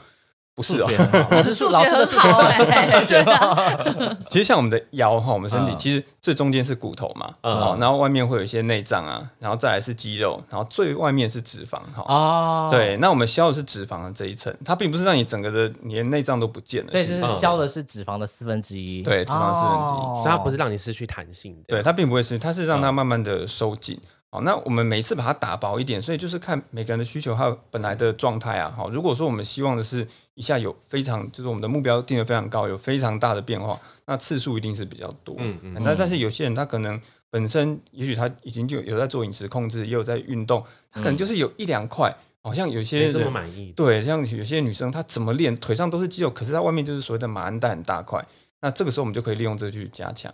不是数哦，学很好，老师数老学师的很数好哎、对啊其实像我们的腰哈，我们身体嗯其实最中间是骨头嘛，嗯哦，然后外面会有一些内脏啊，然后再来是肌肉，然后最外面是脂肪哈。哦，对，那我们消的是脂肪的这一层，它并不是让你整个的你的内脏都不见了，对，其就实是消的是脂肪的四分之一，嗯对脂肪的四分之一哦所以它不是让你失去弹性。哦对，它它并不会是，它是让嗯它慢慢的收紧。好，那我们每次把它打薄一点，所以就是看每个人的需求还有本来的状态啊。好，如果说我们希望的是一下有非常，就是我们的目标定的非常高，有非常大的变化，那次数一定是比较多。嗯嗯嗯那但是有些人他可能本身也许他已经就有在做饮食控制，也有在运动，他可能就是有一两块，好像有些嗯没这人么满意。对，像有些女生她怎么练腿上都是肌肉，可是她外面就是所谓的马鞍带很大块。那这个时候我们就可以利用这个去加强。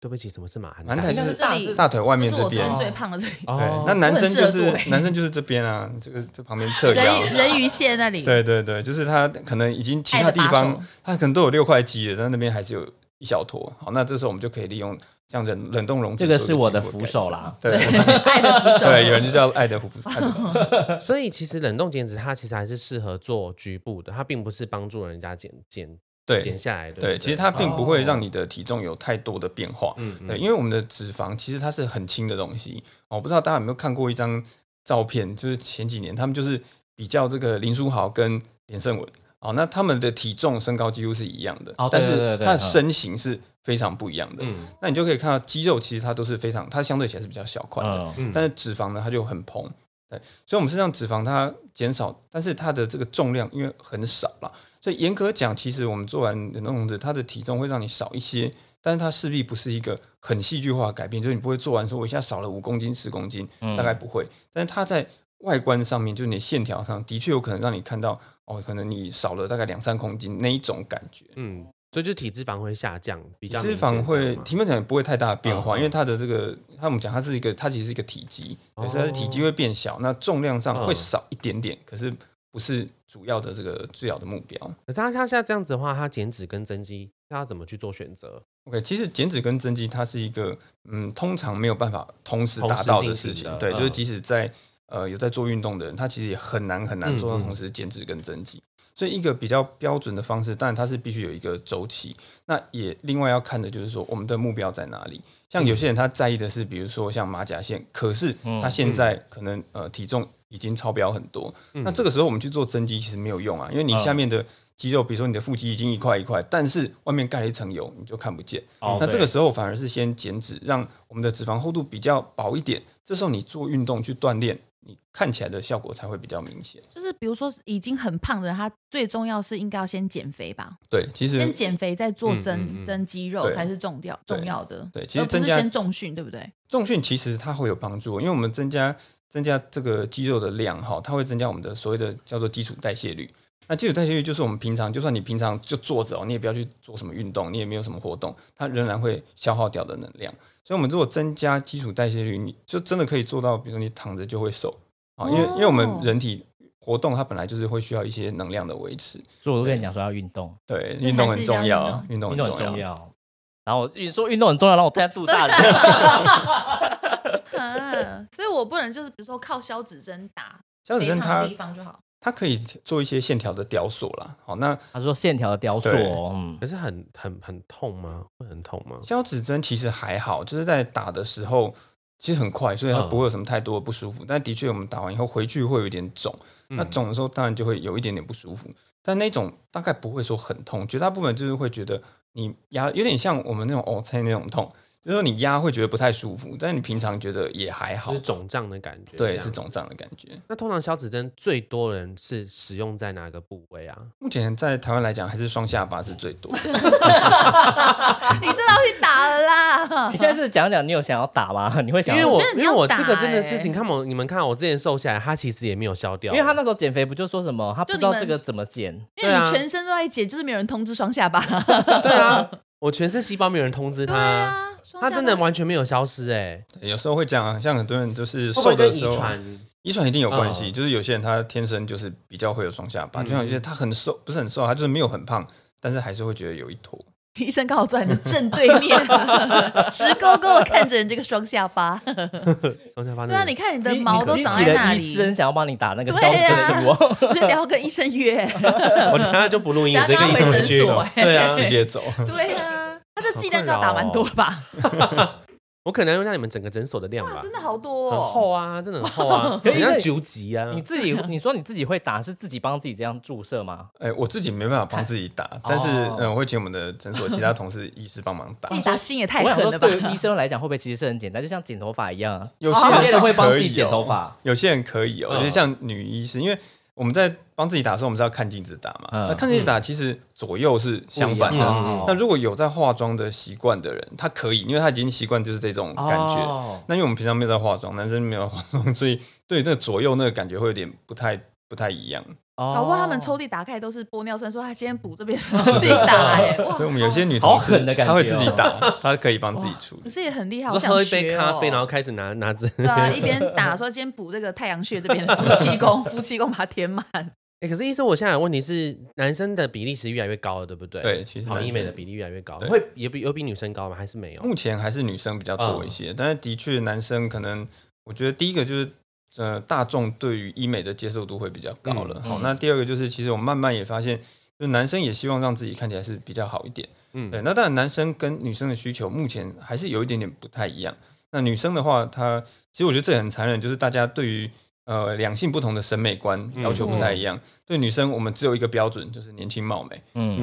对不起，什么是马鞍马带鞍带就就是是大这里，大腿外面这是这我昨边。天最胖的这里，对哦，，那男生就我很适合做是欸男生就是这边啊，这个这旁边侧腰。人人鱼线那里。对对对，就是他可能已经其他地爱的把方手他可能都有六块肌了，但那边还是有一小坨。好，那这时候我们就可以利用像冷冷冻溶脂这个做是一我的局部扶改手善啦。对 爱的扶手。对，有人就叫爱的扶爱的扶手。 所以其实冷冻减脂它其实还是适合做局部的，它并不是帮助人家减减啊减对下来的。对，其实它并不哦会让你的体重有太多的变化。嗯对，嗯，因为我们的脂肪其实它是很轻的东西。哦我不知道大家有没有看过一张照片，就是前几年他们就是比较这个林书豪跟连胜文。哦，那他们的体重、身高几乎是一样的，哦对对但对是对它嗯的身形是非常不一样的。嗯那你就可以看到肌肉其实它都是非常，它相对起来是比较小块的，嗯，嗯但是脂肪呢它就很蓬。对，所以我们身上脂肪它减少，但是它的这个重量因为很少了，所以严格讲，其实我们做完人工溶脂，它的体重会让你少一些，但是它势必不是一个很戏剧化的改变，就是你不会做完说我一下少了五公斤、十公斤，嗯大概不会。但是它在外观上面，就是你的线条上，的确有可能让你看到哦，可能你少了大概两三公斤那一种感觉。嗯，所以就是体脂肪会下降，比较脂明显肪会这样吗体面讲也不会太大的变嗯化，嗯因为它的这个，它我们讲它是一个，它其实是一个体积，对，哦所以它的体积会变小，那重量上嗯会少一点点，可是不是主要的这个最好的目标。可是他像现在这样子的话，他减脂跟增肌，他要怎么去做选择？ OK，其实减脂跟增肌它是一个，嗯，通常没有办法同时达到的同时进事情，行的对，嗯就是即使在呃有在做运动的人，他其实也很难很难做到嗯嗯同时减脂跟增肌。所以一个比较标准的方式，当然它是必须有一个周期。那也另外要看的就是说，我们的目标在哪里？像有些人他在意的是，比如说像马甲线，可是嗯他现在可能呃体重已经超标很多，嗯那这个时候我们去做增肌其实没有用啊，因为你下面的肌肉，比如说你的腹肌已经一块一块，但是外面盖了一层油，你就看不见。哦那这对个时候反而是先减脂，让我们的脂肪厚度比较薄一点。这时候你做运动去锻炼，你看起来的效果才会比较明显。就是比如说已经很胖的人，他最重要是应该要先减肥吧，对，其实先减肥再做嗯增、嗯嗯增肌肉对才是重要对重要的。对其实而不是增加先重训，对不对？重训其实它会有帮助，因为我们增加增加这个肌肉的量哈，它会增加我们的所谓的叫做基础代谢率。那基础代谢率就是我们平常，就算你平常就坐着哦，你也不要去做什么运动，你也没有什么活动，它仍然会消耗掉的能量。所以，我们如果增加基础代谢率，你就真的可以做到，比如说你躺着就会瘦啊，因为、哦因为我们人体活动它本来就是会需要一些能量的维持，所以我都跟你讲说要运动，对，所以运动还是很一定重要要，运动运很动重很重要。要。然后我你说运动很重要，让我突然肚子大了。 嗯，所以我不能就是比如说靠消脂针打消脂针肥胖它的地方就好。 它可以做一些线条的雕塑啦，好，那他说线条的雕塑对哦，嗯可，是很很很痛吗？会很痛吗？消脂针其实还好，就是在打的时候其实很快，所以它嗯不会有什么太多的不舒服。但的确，我们打完以后回去会有一点肿，那嗯肿的时候当然就会有一点点不舒服，但那种大概不会说很痛，绝大部分就是会觉得你压有点像我们那种哦菜那种痛，就是说你压会觉得不太舒服，但你平常觉得也还好就是，肿胀的感觉。这对，样是。肿胀的感觉。那通常消脂针最多人是使用在哪个部位啊？目前在台湾来讲，还是双下巴是最多 的。你真的要去打了啊啦！你现在是讲讲你有想要打吗？ 你会因想要为我觉得因你为要我打这个真的事欸情，看我你们看我之前瘦下来，它其实也没有消掉，因为他那时候减肥不就说什么他不知道这个怎么减，因为你全身都在减，就是没有人通知双下巴。 对啊， 我全身细胞没有人通知它，啊，双它下真巴的完全没有消失哎，对有时候会这样啊，像很多人就是会不会瘦跟的遗时候，传？ 遗传一定有关系，嗯就是有些人他天生就是比较会有双下巴，嗯就像有些他很瘦，不是很瘦，他就是没有很胖，但是还是会觉得有一坨。 医生刚好坐在你的正对面，直勾勾的看着你这个双下巴。双下巴对那 啊，你里看你的激毛都激长起在了那医里。生想要帮你打那个消脂针啊的欲望。我觉得要跟医生约，我等下就不录音， 等我下直接跟医跟他生回回去诊所。欸对啊，直接走。 对啊，他这剂量要打蛮多了吧？我可能要让你们整个诊所的量吧，真的好多很哦。厚啊，真的很厚 啊，可很是像这九级啊你。自己，你说你自己会打，是自己帮自己这样注射吗？哎、我自己没办法帮自己打，但是哦嗯、呃我会请我们的诊所其他同事医师帮忙打 自。己打心也太我想狠说，了吧对？于医生来讲，会不会其实是很简单，就像剪头发一样啊？有些人有些人是会帮可自己以剪哦头发，有些人可以哦，嗯有些像女医师，因为我们在帮自己打的时候，我们是要看镜子打嘛。嗯那看镜子打其实左右是相反不一的。样嗯哦那如果有在化妆的习惯的人，他可以，因为他已经习惯就是这种感觉。哦那因为我们平常没有在化妆，男生没有在化妆，所以对那个左右那个感觉会有点不太不太一样。搞哦不好他们抽屉打开都是玻尿酸，说他今天补这边自己打哎，哇所以我们有些女同好事狠的，感觉她哦会自己打，她可以帮 自己处可理。是也很厉害，我说好想喝一杯学咖啡，哦然后开始拿拿针。对啊，一边打说今天补这个太阳穴这边的夫妻宫，夫妻宫把它填满。 哎，可是医生，我现在有问题是，男生的比例是越来越高了，对不对？对其实跑男医美生的比例越来越高，对会也比有比女生高吗？还是没有？目前还是女生比较多一些，但是的确男生可能，我觉得第一个就是。呃，大众对于医美的接受度会比较高了。嗯好、嗯那第二个就是，其实我慢慢也发现，就男生也希望让自己看起来是比较好一点。嗯对，那当然男生跟女生的需求目前还是有一点点不太一样。那女生的话，她其实我觉得这也很残忍，就是大家对于呃两性不同的审美观嗯要求不太一样。对女生，我们只有一个标准，就是年轻貌美。嗯，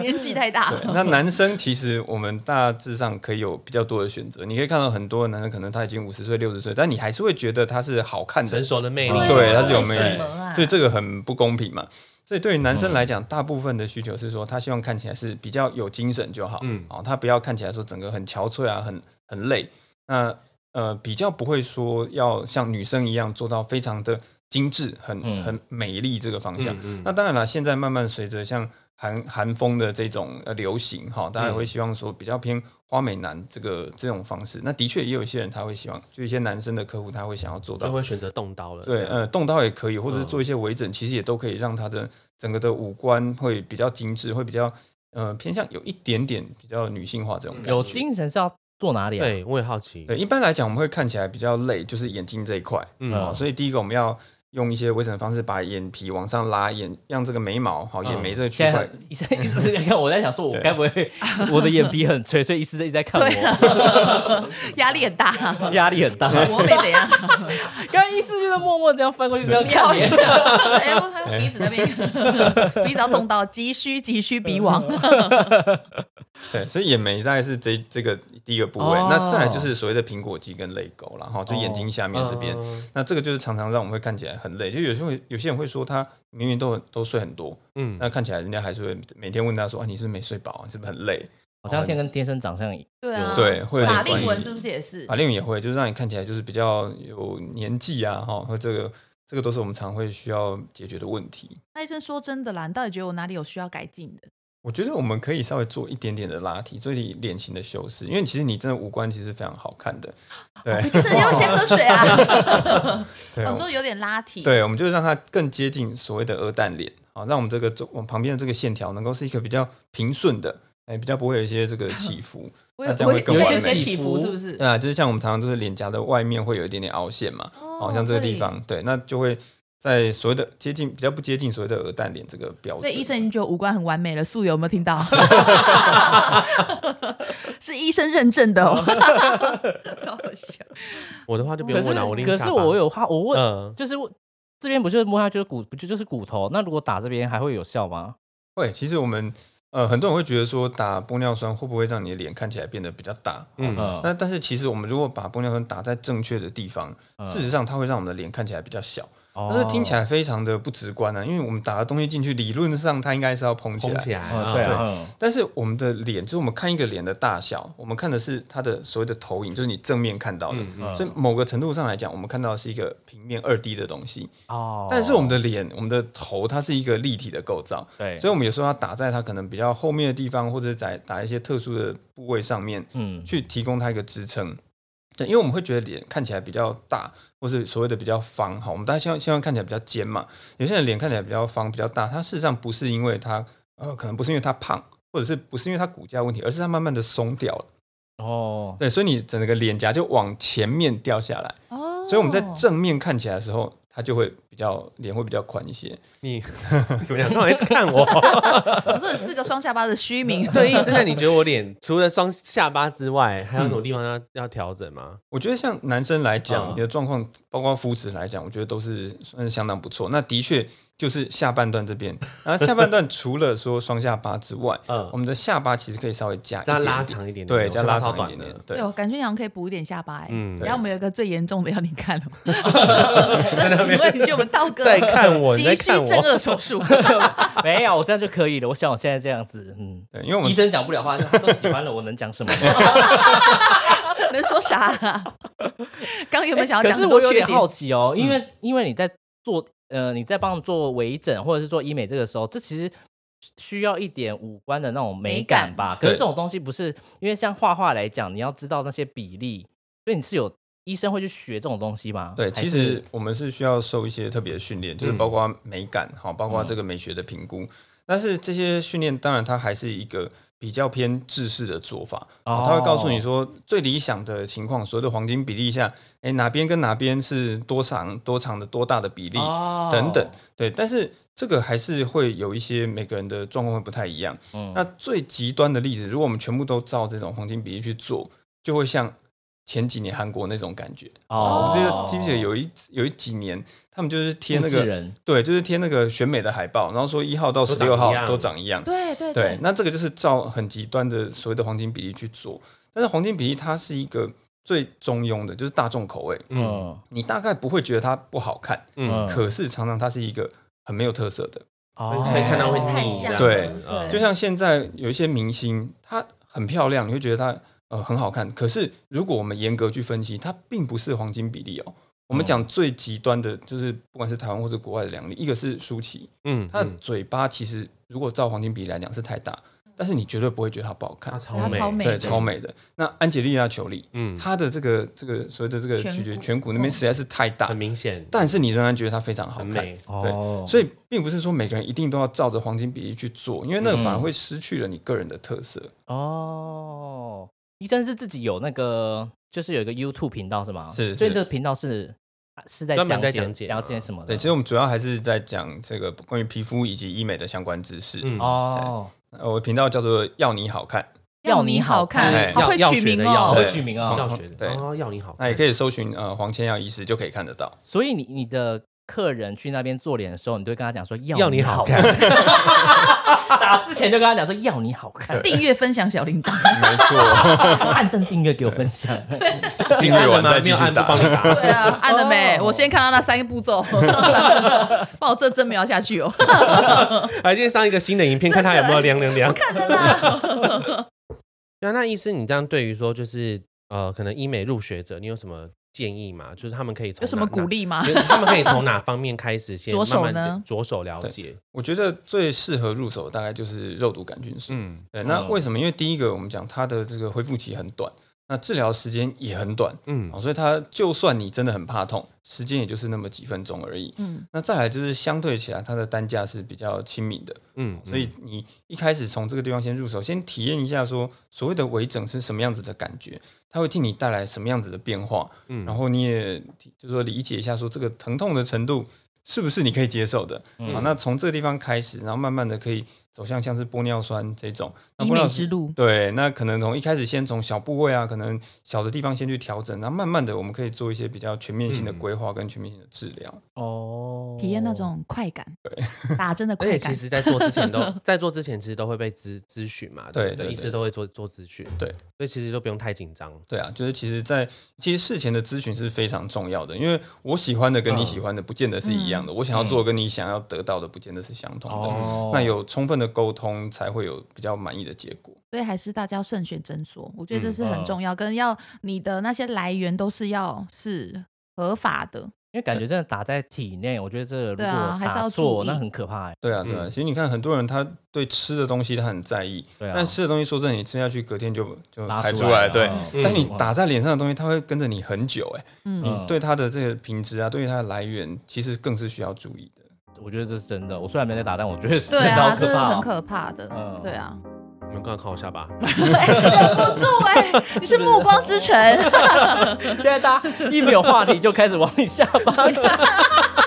年纪太啊大对，那男生其实我们大致上可以有比较多的选择，你可以看到很多的男生可能他已经五十岁、六十岁，但你还是会觉得他是好看的成，熟的魅力，嗯对啊对他是有为魅什力么啊，所以这个很不公平嘛。所以对于男生来讲，大部分的需求是说，他希望看起来是比较有精神就好，嗯嗯，哦，他不要看起来说整个很憔悴啊，很很累。那呃，比较不会说要像女生一样做到非常的精致、很嗯很美丽这个方向。嗯那当然了，现在慢慢随着像韩韩风的这种呃流行哈，大家也会希望说比较偏花美男这个这种方式。那的确也有一些人他会希望，就一些男生的客户他会想要做就到，会选择动刀了。对，呃，动刀也可以，或者是嗯做一些微整，其实也都可以让他的整个的五官会比较精致，会比较呃偏向有一点点比较女性化这种感觉。有精神是要做哪里啊？对，我也好奇。对，一般来讲我们会看起来比较累，就是眼睛这一块。嗯好，所以第一个我们要用一些微整的方式把眼皮往上拉，眼让这个眉毛好眼眉这个区现块在医生一直在看我，在想说，我对该不会我的眼皮很垂，所以医生一直在看对我，啊，压力很大。压力很大。 我没怎 样，刚刚医生就在默默这样翻过去这样你好看你 笑。，哎，我还有鼻子那边， 鼻子要动到急需急需鼻王，对，所以眼眉大概是这这个第一个部位，哦那再来就是所谓的苹果肌跟泪沟啦，然后就眼睛下面这边，嗯那这个就是常常让我们会看起来很累，就有些会有些人会说他明明都都睡很多，嗯，那看起来人家还是会每天问他说啊你是不是没睡饱啊，你是不是很累？好像天跟天生长相一 对啊，对，会有法点令关纹是系。不是也是法？令纹也会，就是让你看起来就是比较有年纪啊，哈，和这个这个都是我们常会需要解决的问题。那医生说真的啦，你到底觉得我哪里有需要改进的？我觉得我们可以稍微做一点点的拉提，做一点脸型的修饰，因为其实你真的五官其实非常好看哦的，对，是你要先喝水啊！ 对，哦我说有点拉提，对，我们就让它更接近所谓的鹅蛋脸，好，让我们这个中我们旁边的这个线条能够是一个比较平顺的，哎，比较不会有一些这个起伏。我有那这样我会更有完有些美起伏是不是？对啊，就是像我们常常都是脸颊的外面会有一点点凹陷嘛，好、哦像这个地对方，对，那就会在所谓的接近比较不接近所谓的鹅蛋脸这个标所准。以医生已经觉得五官很完美了，素友有没有听 到？是医生认证 的哦， 超好笑。我的话就不可用是问了，我拎可下是吧我有话，我问，嗯，就是我这边不就是摸下去就是骨，不就就是骨头？那如果打这边还会有效吗？会，其实我们呃很多人会觉得说打玻尿酸会不会让你的脸看起来变得比较大？嗯嗯，嗯，那但是其实我们如果把玻尿酸打在正确的地方，啊事实上它会让我们的脸看起来比较小。哦哦但是听起来，来非常的不直观啊，因为我们打的东西进去，理论上它应该是要膨起红来，起来，嗯对啊，但是我们的脸，就是我们看一个脸的大小，我们看的是它的所谓的投影，就是你正面看到的。嗯，嗯嗯所以某个程度上来讲，我们看到的是一个平面二 D 的东西，哦但是我们的脸、我们的头，它是一个立体的构造，对，所以我们有时候要打在它可能比较后面的地方，或者在打一些特殊的部位上面，嗯，去提供它一个支撑。对，因为我们会觉得脸看起来比较大，或是所谓的比较方哈，我们大家希望希望看起来比较尖嘛。有些人脸看起来比较方、比较大，它事实上不是因为它呃，可能不是因为它胖，或者是不是因为它骨架问题，而是它慢慢的松掉了。哦， 对，所以你整个脸颊就往前面掉下来，哦，所以我们在正面看起来的时候，它就会比较脸会比较宽一些。你嗯你们俩干嘛一直看我？ 哦我说有四个双下巴的虚 名，对，医生，那你觉得我脸除了双下巴之外，还有什么地方要要调整吗？我觉得像男生来讲，嗯你的状况，包括肤质来讲，我觉得都是算是相当不错。那的确就是下半段这边，然后下半段除了说双下巴之外， 嗯我们的下巴其实可以稍微加一再点点拉，长一点点，哦对，我加下巴拉超长一短点点的，，对对，。我感觉你好像可以补一点下巴哎。嗯，然后我们有一个最严重的要你看 了，在那那请边问你觉得我们道哥在看我急你在需看我正颚 手术？没有，我这样就可以了。我想我现在这样子，嗯，对，因为我医们生讲不了话，他都喜欢了，我能讲什么？ 能说啥啊？刚刚有没有想要可讲是很我多有缺点点？嗯好奇哦，因为、因为你在做呃你在帮做微整或者是做医美这个时候，这其实需要一点五官的那种美感吧。可对是这种东西不是因为像画画来讲，你要知道那些比例，所以你是有医生会去学这种东西吗？对，啊还其是嗯实我们是需要受一些特别的训练，就是包括美感，好、包括这个美学的评估。但是这些训练当然它还是一个比较偏制式的做法，哦哦、他会告诉你说最理想的情况，所谓的黄金比例下，哎，哪边跟哪边是多长多长的多大的比例、哦等等，对。但是这个还是会有一些每个人的状况会不太一样。嗯那最极端的例子，如果我们全部都照这种黄金比例去做，就会像前几年韩国那种感觉。哦我记得记不记得有一有一几年，他们就是贴那复制个人对，就是贴那个选美的海报，然后说一号到十六号都都长长一样。对对对，，那这个就是照很极端的所谓的黄金比例去做，但是黄金比例它是一个最中庸的，就是大众口味，嗯你大概不会觉得它不好看，嗯，可是常常它是一个很没有特色的。哦可以看到会太腻像这样子，对嗯就像现在有一些明星，她很漂亮，你会觉得她呃很好看，可是如果我们严格去分析，它并不是黄金比例哦。我们讲最极端的就是，不管是台湾或是国外的两例，一个是舒淇，嗯，她的嗯嘴巴其实如果照黄金比例来讲是太大，但是你绝对不会觉得她不好看它，超它超美美，对，超美的。那安吉丽娜·裘丽，嗯，她的这个这个所谓的这个颧咀嚼骨颧骨那边实在是太大很，明显，但是你仍然觉得她非常好很看。美，哦，所以并不是说每个人一定都要照着黄金比例去做，因为那个反而会失去了你个人的特色。嗯哦，医生是自己有那个，就是有一个 YouTube 频道是吗？是所以是这个频道是啊是在专门在讲讲解讲嘛解什么的？啊对，其实我们主要还是在讲这个关于皮肤以及医美的相关知识。嗯哦，呃我的频道叫做“要你好看要你好看，啊哎好会要取学的名要好哦。会对取名好啊。要学对的，哦，要你”，好那看，也可以搜寻呃黄千耀医师就可以看得 到。所以你你的客人去那边做脸的时候，你都会跟他讲说要你你好好看，打之前就跟他讲说要你好看，订阅、分享、小铃铛，没错，按赞订阅给我分 享。订阅完再没继有续按不帮打你。打，对 啊，按了没？哦我先看到那三个步骤，上三步骤，把我这真没有下去哦。来今天上一个新的影片， 看他有没有凉凉凉。看得到，对啊，那医师，你这样对于说就是呃，可能医美入学者，你有什么建议吗？就是他们可以从 有什么哪鼓？励吗哪？就是他们可以从哪方面开始先着手慢慢地呢着手了解。我觉得最适合入手的大概就是肉毒杆菌素。嗯对，那嗯为什么？因为第一个我们讲它的这个恢复期很短，那治疗时间也很短，嗯哦，所以它就算你真的很怕痛，时间也就是那么几分钟而已。嗯，那再来就是相对起来，它的单价是比较亲民的，嗯，所以你一开始从这个地方先入手，先体验一下说所谓的微整是什么样子的感觉，它会替你带来什么样子的变化，嗯然后你也就是说理解一下说这个疼痛的程度是不是你可以接受的嗯啊？那从这个地方开始，然后慢慢的可以走向像是玻尿酸这种，那啊医玻尿美酸之路，对，那可能从一开始先从小部位啊，可能小的地方先去调整，然后慢慢的我们可以做一些比较全面性的嗯规划跟全面性的治疗。哦，体验那种快感， 打针的而快且感其。实，在做之 前都在做之前，其实都会被咨咨询嘛，对不对医对师都会做做咨询，对，所以其实都不用太紧张。对啊，就是其实在，其实事前的咨询是非常重要的，因为我喜欢的跟嗯你喜欢的不见得是一样的，我想要做的跟你想要得到的不见得是相同的。哦那有充分的沟通，才会有比较满意的结果。所以还是大家要慎选诊所，我觉得这嗯是很嗯重要，跟要你的那些来源都是要是合法的。因为感觉真的打在体内，我觉得这个如对果啊还是要打注错意那很可怕哎。对啊，对啊，嗯其实你看很多人他对吃的东西他很在意，对啊，但吃的东西说真的，你吃下去隔天就就拉排出出来来，了对。嗯但你打在脸上的东西，它会跟着你很久、哎。嗯，你对它的这个品质啊，对于它的来源，其实更是需要注意的。我觉得这是真的。我虽然没在打，但我觉得是真对的啊，好这可是怕哦。很可怕的。嗯对啊， 你们刚刚看我下巴，忍不住哎、你是暮光之城，现在大家一没有话题就开始往你下巴啊看。哇，真的好暮光之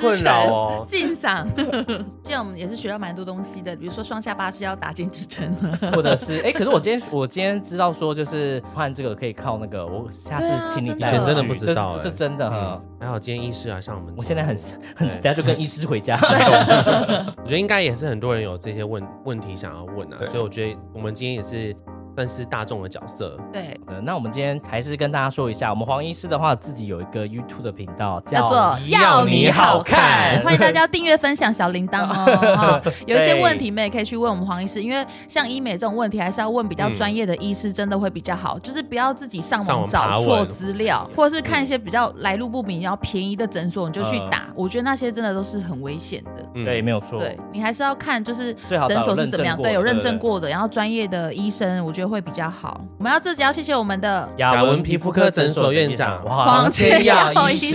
困扰城。哦。敬赏， 这样我们也是学到蛮多东西的，比如说双下巴是要打进支撑，或者是哎、可是我今天我今天知道说，就是换这个可以靠那个，我下对啊次请你真的带我以前真的去不知道这哎是这是真的哈。 嗯，还好今天医师来上我们节目，我现在很很，对等下就跟医师回 家。我觉得应该也是很多人有这些问问题想要问啊，对所以我觉得我们今天也是算是大众的角色， 对，呃那我们今天还是跟大家说一下，我们黄医师的话自己有一个 YouTube 的频道，叫叫做要你好看欢迎大家订阅、分享小铃 铛哦。哈，有一些对问题们也可以去问我们黄医师，因为像医美这种问题，还是要问比较专业的医师，真的会比较好。就是不要自己上上网网爬找错文资嗯料，或者是看一些比较来路不明、然后便宜的诊所你就去嗯打，我觉得那些真的都是很危险的。嗯对，没有错。对你还是要看就是最好找诊所有是认怎么样，证过对，的有对认对证对过的，然后专业的医生，我觉得就会比较好。我们要自己要谢谢我们的，雅雅文文皮皮肤肤科科诊诊所所院院长长黄黄千千耀 耀医医师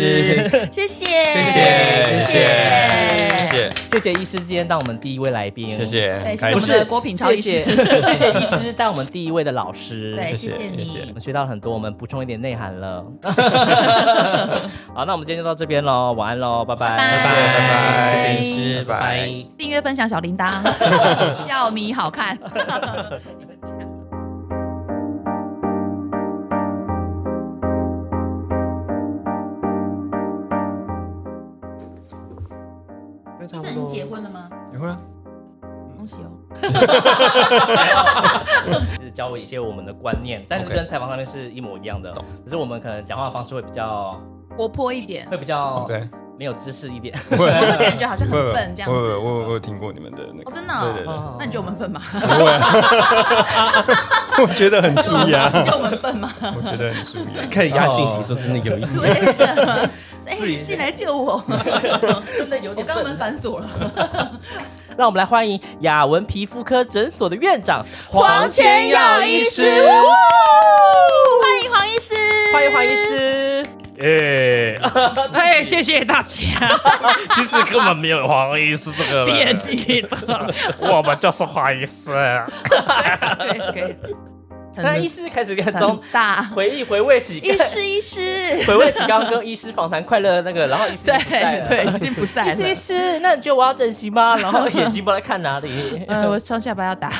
师， 谢谢，谢谢谢谢谢医师今天当我们第一位来宾，谢谢，谢，谢，对，很谢谢开我心们。的郭品超谢医谢，师，谢谢医师当我们第一位的老师，对，谢谢谢谢谢谢你我，们学到了很多，我们补充一点内涵了。好，那我们今天就到这边喽，晚安喽，拜拜，拜拜拜，谢谢医医师，拜拜拜。拜。订阅分享小铃铛，要你好 看。那差医不生，你多结婚了吗？你会啊？恭喜哦！就是教我一些我们的观念，但是 OK 跟采访上面是一模一样的，只是我们可能讲话的方式会比较活泼一点，会比较 OK 没有知识一点。 就是感觉好像会很笨这样会会子。我我有听过你们的那哦，个，真的哦、对对 对那你觉得我们笨吗？我觉得很舒压， 你觉得我们笨吗？我觉得很舒压。看人家哦信息说真的有一点。对。哎自己，进来救我！真的有 我刚门反锁了。让我们来欢迎雅文皮肤科诊所的院长黄千耀医师欢迎黄医师，欢迎黄医师。耶！哎，谢谢大家。其实根本没有黄医师这个变人，异的，我们就是黄医 师。对，可以。那医师开始跟很 中 大，回忆回味起，医师医师， 回味起刚刚跟医师访谈快乐的那个，然后医师对不在了对，已经不 在医师医了。师，嗯那你觉得我要整形吗？然后眼睛不知道在看哪里。呃，我上下巴要打。